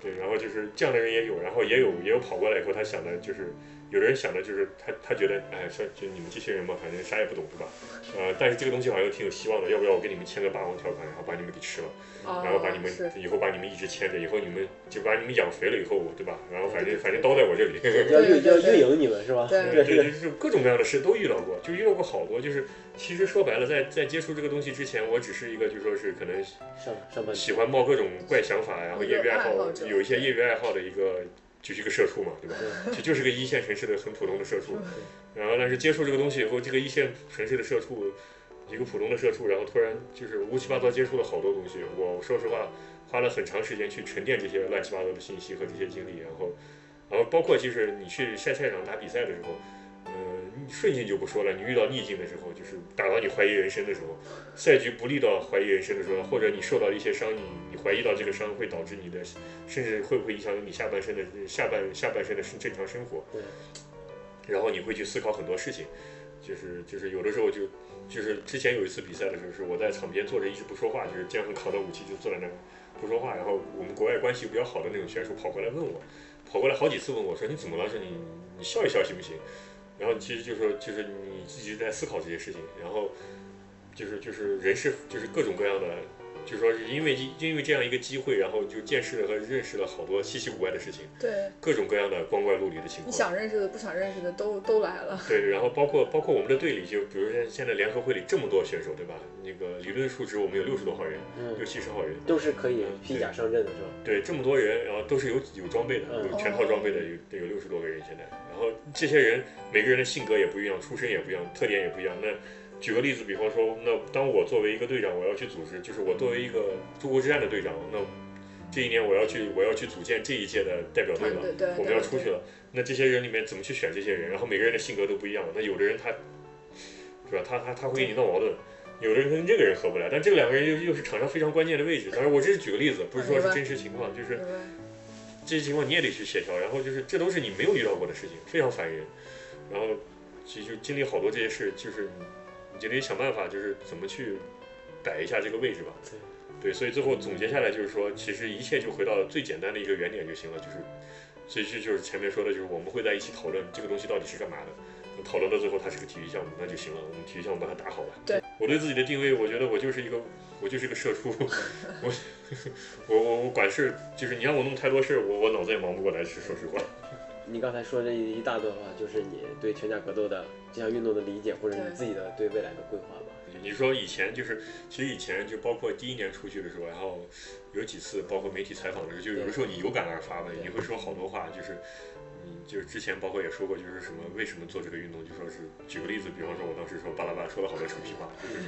对，然后就是这样的人也有，然后也有也有跑过来以后，他想的就是，有的人想的就是他他觉得，哎，说就你们这些人嘛，反正啥也不懂是吧？呃，但是这个东西好像又挺有希望的，要不要我跟你们签个霸王条款，然后把你们给吃了？然然后把你们啊啊是，以后把你们一直牵着，以后你们就把你们养肥了以后，对吧？然后反正反正刀在我这里，要对运对要对运营你们是吧？对 对，就是各种各样的事都遇到过，就遇到过好多。就是其实说白了，在在接触这个东西之前，我只是一个就说是可能上上半喜欢冒各种怪想法，然后业余爱好一个爱好者有一些业余爱好的一个。就是一个社畜嘛，对 吧？就就是个一线城市的很普通的社畜，然后但是接触这个东西以后，这个一线城市的社畜，一个普通的社畜，然后突然就是乌七八糟接触了好多东西。我说实话，花了很长时间去沉淀这些乱七八糟的信息和这些经历，然后，然后包括就是你去赛赛场打比赛的时候，呃，你顺境就不说了，你遇到逆境的时候，就是打到你怀疑人生的时候，赛局不利到怀疑人生的时候，或者你受到一些伤，你你怀疑到这个伤会导致你的，甚至会不会影响你下半身的下半下半身的正常生活对，然后你会去思考很多事情。就是就是有的时候就就是之前有一次比赛的时候，是我在场边坐着一直不说话，就是肩上扛着武器就坐在那儿不说话。然后我们国外关系比较好的那种选手跑过来问我，跑过来好几次问我说你怎么了？说你你笑一笑行不行？然后其实就说就是你自己在思考这些事情，然后就是就是人是就是各种各样的就说是因为因为这样一个机会，然后就见识了和认识了好多稀奇古怪的事情，对，各种各样的光怪陆离的情你况。想认识的、不想认识的都都来了。对，然后包括包括我们的队里，就比如说现在联合会里这么多选手，对吧？那个理论数值我们有六十多号人，嗯六，七十号人，都是可以披甲上阵的是吧？对，这么多人，然后都是有有装备的，嗯有全套装备的，有有六十多个人现在。然后这些人每个人的性格也不一样，出身也不一样，特点也不一样。那举个例子，比方说，那当我作为一个队长，我要去组织，就是我作为一个中国之战的队长，那这一年我要去我要去组建这一届的代表队了，对对对我们要出去了。那这些人里面怎么去选这些人？然后每个人的性格都不一样。那有的人他，是吧？他他他会给你闹矛盾。有的人跟这个人合不来，但这两个人又又是场上非常关键的位置。当然，我只是举个例子，不是说是真实情况，就是明白这些情况你也得去协调，然后就是这都是你没有遇到过的事情，非常烦人。然后其实就经历好多这些事，就是你就得想办法，就是怎么去摆一下这个位置吧。对，所以最后总结下来就是说，其实一切就回到最简单的一个原点就行了，就是，所以这就是前面说的，就是我们会在一起讨论这个东西到底是干嘛的。那讨论到最后，它是个体育项目，那就行了。我们体育项目把它打好了。对，我对自己的定位，我觉得我就是一个，我就是一个社畜，我我我我管事，就是你让我弄太多事，我我脑子也忙不过来，是说实话。你刚才说这一大段话，就是你对拳架格斗的这项运动的理解，或者对你自己的对未来的规划 吧。嗯你说以前就是，其实以前就包括第一年出去的时候，然后有几次包括媒体采访的时候，就有的时候你有感而发吧，对你会说好多话，就是你就是之前包括也说过，就是什么为什么做这个运动，就说是举个例子，比方说我当时说巴拉巴拉说了好多臭屁话，就是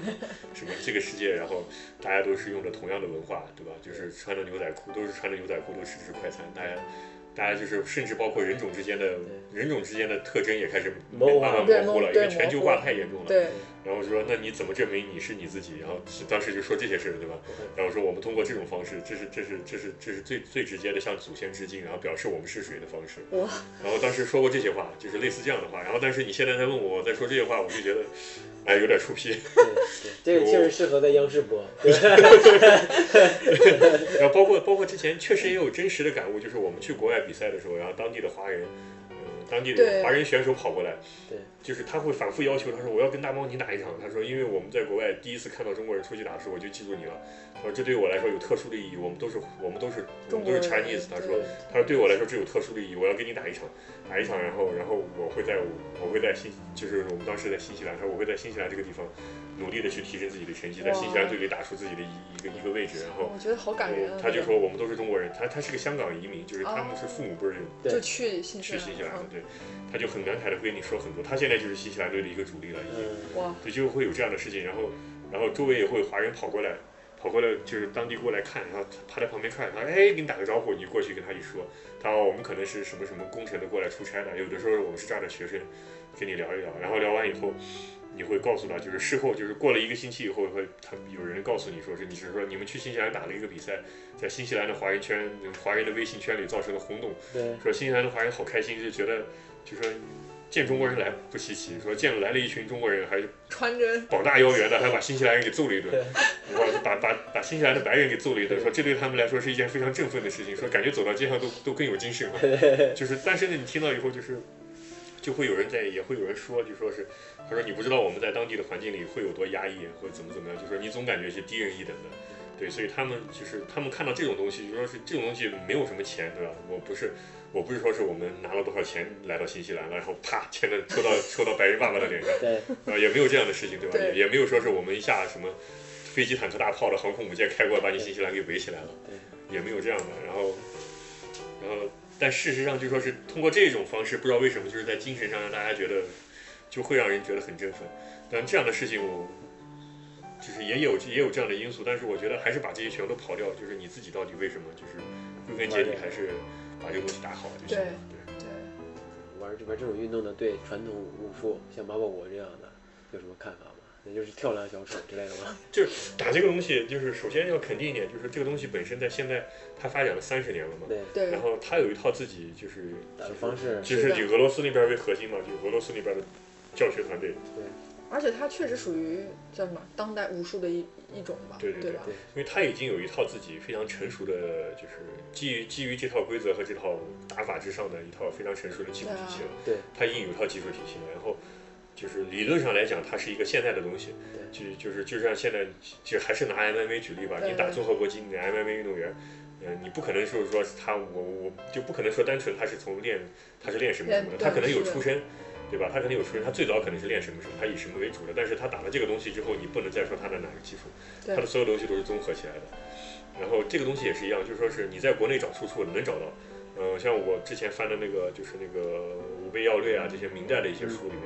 什么什么这个世界，然后大家都是用着同样的文化，对吧？就是穿着牛仔裤，都是穿着牛仔裤，都吃吃快餐，大家。大家就是，甚至包括人种之间的人种之间的特征也开始慢模糊慢对模糊了，因对为全球模糊化太严重了。对，然后我说那你怎么证明你是你自己？然后是当时就说这些事儿，对吧对？然后说我们通过这种方式，这是这是这是这是最最直接的向祖先致敬，然后表示我们是谁的方式。哇！然后当时说过这些话，就是类似这样的话。然后但是你现在再问我，我再说这些话，我就觉得，哎，有点出戏。对，对这个确实适合在央视播。对 然后包括包括之前确实也有真实的感悟，就是我们去国外比赛的时候，然后当地的华人，嗯、当地的对华人选手跑过来，对，就是他会反复要求，他说我要跟大猫你打一场，他说因为我们在国外第一次看到中国人出去打的时候，我就记住你了，他说这对我来说有特殊的意义，我们都是我们都是我中们国都是人 Chinese，他说他说对我来说这有特殊的意义，我要跟你打一场，打一场，然后然后我会在我会在新就是我们当时在新西兰，他说我会在新西兰这个地方努力的去提升自己的成绩，在新西兰哇队里打出自己的一一个一个位置，然后。我觉得好感人啊。他那就个说我们都是中国人，他他是个香港移民，就是哦他们是父母辈儿人对就去新西去兰，新西兰的嗯，对，他就很感慨的会跟你说很多，他现在就是新西兰队的一个主力了，已经，嗯，哇，对，就会有这样的事情，然后然后周围也会华人跑过来，跑过来就是当地过来看，然后他在旁边看，他说哎给你打个招呼，你过去跟他一说，他说我们可能是什么什么工程的过来出差的，有的时候我们是这样的学生，跟你聊一聊，然后聊完以后。你会告诉他，就是事后，就是过了一个星期以后，会他有人告诉你说是你是说你们去新西兰打了一个比赛，在新西兰的华人圈、嗯华人的微信圈里造成了轰动，对，说新西兰的华人好开心，就觉得就说见中国人来不稀奇，说见来了一群中国人还是穿着膀大腰圆的，还把新西兰人给揍了一顿对，然后把把把新西兰的白人给揍了一顿，说这对他们来说是一件非常振奋的事情，说感觉走到街上都都更有精神了，就是但是呢，你听到以后就是。就会有人在，也会有人说，就说是，他说你不知道我们在当地的环境里会有多压抑，或者怎么怎么样，就说你总感觉是低人一等的，对，所以他们就是他们看到这种东西，就说是这种东西没有什么钱，对吧？我不是我不是说是我们拿了多少钱来到新西兰了，然后啪钱的抽到抽到白人爸爸的脸上，对，啊，也没有这样的事情，对吧？对也也没有说是我们一下什么飞机、坦克、大炮的航空母舰开过来把你新西兰给围起来了，也没有这样的。然后，然后，但事实上就说是通过这种方式，不知道为什么就是在精神上让大家觉得就会让人觉得很振奋。但这样的事情我就是也有也有这样的因素，但是我觉得还是把这些全都刨掉，就是你自己到底为什么，就是归根结底还是把这个东西打好就行了。对对，玩玩这种运动的，对传统武术，像马保国这样的，有什么看法吗？那就是跳梁小丑之类的 吗？打这个东西，就是首先要肯定一点，就是这个东西本身在现在它发展了三十年了嘛，对，然对，后它有一套自己就是打的方式，就是以俄罗斯那边为核心嘛，就俄罗斯那边的教学团队，而且它确实属于叫什么当代武术的一一种吧，对对对吧？因为它已经有一套自己非常成熟的，就是基于基于这套规则和这套打法之上的一套非常成熟的技术体系了。对对，啊它已经有一套技术体系了，然后就就是理论上来讲，它是一个现代的东西，就就是就像现在，就还是拿 MMA 举例吧，对你打综合搏击，你的 MMA 运动员，呃，你不可能就是说他我我就不可能说单纯他是从练他是练什么什么练的，他可能有对出身，对吧？他可能有出身，他最早可能是练什么什么，他以什么为主的，但是他打了这个东西之后，你不能再说他的哪个基础，对他的所有东西都是综合起来的。然后这个东西也是一样，就是说是你在国内找出处能找到，呃，像我之前翻的那个就是那个《武备要略》啊，这些明代的一些书里面，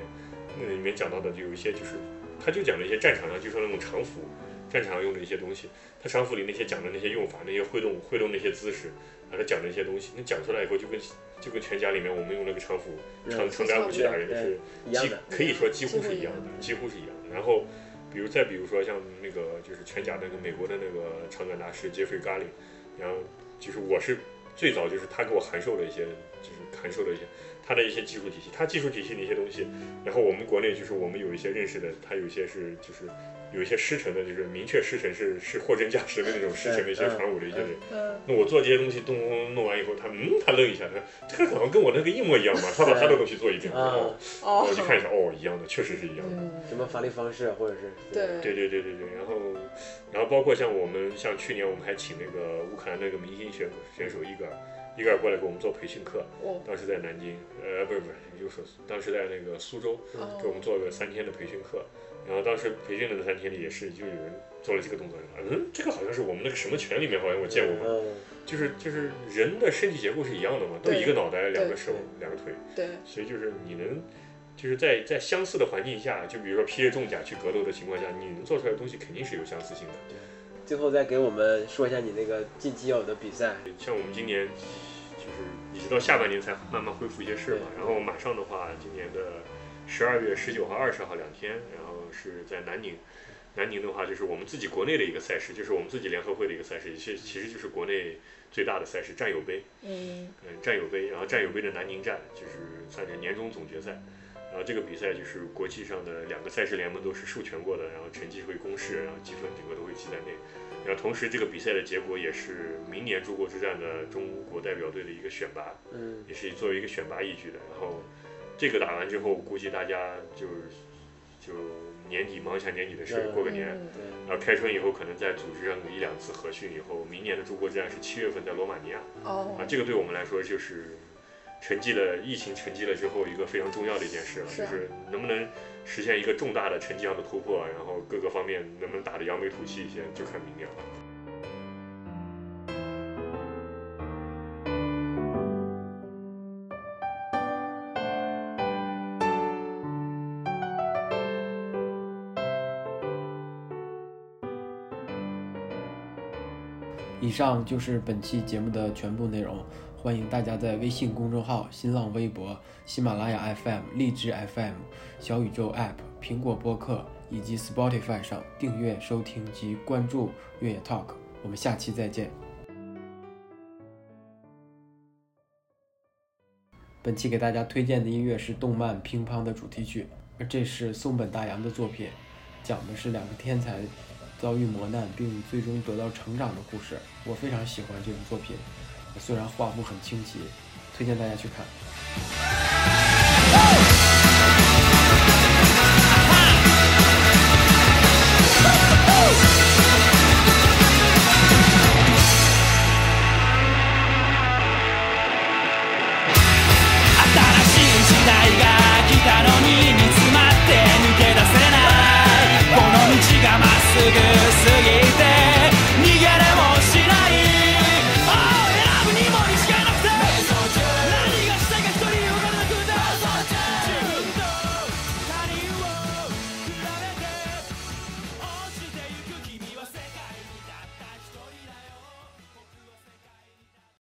那里面讲到的就有一些就是，他就讲了一些战场上就说那种常服，战场上用的一些东西，他常服里那些讲的那些用法，那些挥动挥动那些姿势，啊，他讲的一些东西，那讲出来以后就跟就跟拳夹里面我们用那个常服长嗯，长杆武器打人是一样几的，啊可以说几乎是一样的，几几乎是一样的。然后，比如再比如说像那个就是拳甲那个美国的那个长杆大师 Jeffrey g a r l i 然后就是我是最早就是他给我函授了一些，就是函授了一些他的一些技术体系，他技术体系的一些东西。然后我们国内就是我们有一些认识的，他有一些是就是有一些师承的，就是明确师承是是货真价实的那种师承的一些嗯传武的一些人。嗯，那我做这些东西咚咚咚弄完以后，他嗯他愣一下，他说这个好像跟我那个一模一样嘛，他把他的东西做一遍。啊，哦我，去看一下，哦，一样的，确实是一样的。嗯，什么发力方式或者是对对对对对对，然后，然后包括像我们，像去年我们还请那个乌克兰那个明星选选手伊戈尔，伊戈尔过来给我们做培训课，我当时在南京，呃，不是不是，又说当时在那个苏州哦嗯给我们做了三天的培训课，然后当时培训的那三天里也是，就有人做了这个动作，嗯，这个好像是我们那个什么拳里面好像我见过吧，嗯，就是就是人的身体结构是一样的嘛，都对一个脑袋、两对个手、两个腿，对所以就是你能，就是在在相似的环境下，就比如说披着重甲去格斗的情况下，你能做出来的东西肯定是有相似性的。最后再给我们说一下你那个近期要有的比赛，像我们今年就是一直到下半年才慢慢恢复一些事嘛，对然后马上的话，今年的十二月十九号、二十号两天，然后是在南宁。南宁的话，就是我们自己国内的一个赛事，就是我们自己联合会的一个赛事，其实其实就是国内最大的赛事——战友杯。嗯嗯，战友杯，然后战友杯的南宁站就是算是年终总决赛，然后这个比赛就是国际上的两个赛事联盟都是授权过的，然后成绩会公示，然后积分整个都会记在内，然后同时这个比赛的结果也是明年中国之战的中国代表队的一个选拔，嗯，也是作为一个选拔依据的。然后这个打完之后，估计大家就是就年底忙一下年底的事，嗯过个年，嗯对，然后开春以后可能再组织上个一两次合训，以后明年的中国之战是七月份在罗马尼亚。哦啊，，这个对我们来说就是沉寂了疫情沉寂了之后一个非常重要的一件事了，是就啊是能不能实现一个重大的成绩上的突破，啊然后各个方面能不能打得扬眉吐气一些，就看明年了。以上就是本期节目的全部内容，欢迎大家在微信公众号、新浪微博、喜马拉雅 FM、荔枝 FM、小宇宙 App、苹果播客以及 Spotify 上订阅收听及关注越野 Talk。我们下期再见。本期给大家推荐的音乐是动漫《乒乓》的主题曲，而这是松本大洋的作品，讲的是两个天才遭遇磨难并最终得到成长的故事。我非常喜欢这部作品，虽然画不很清奇，推荐大家去看。 「君の声が聞こえる」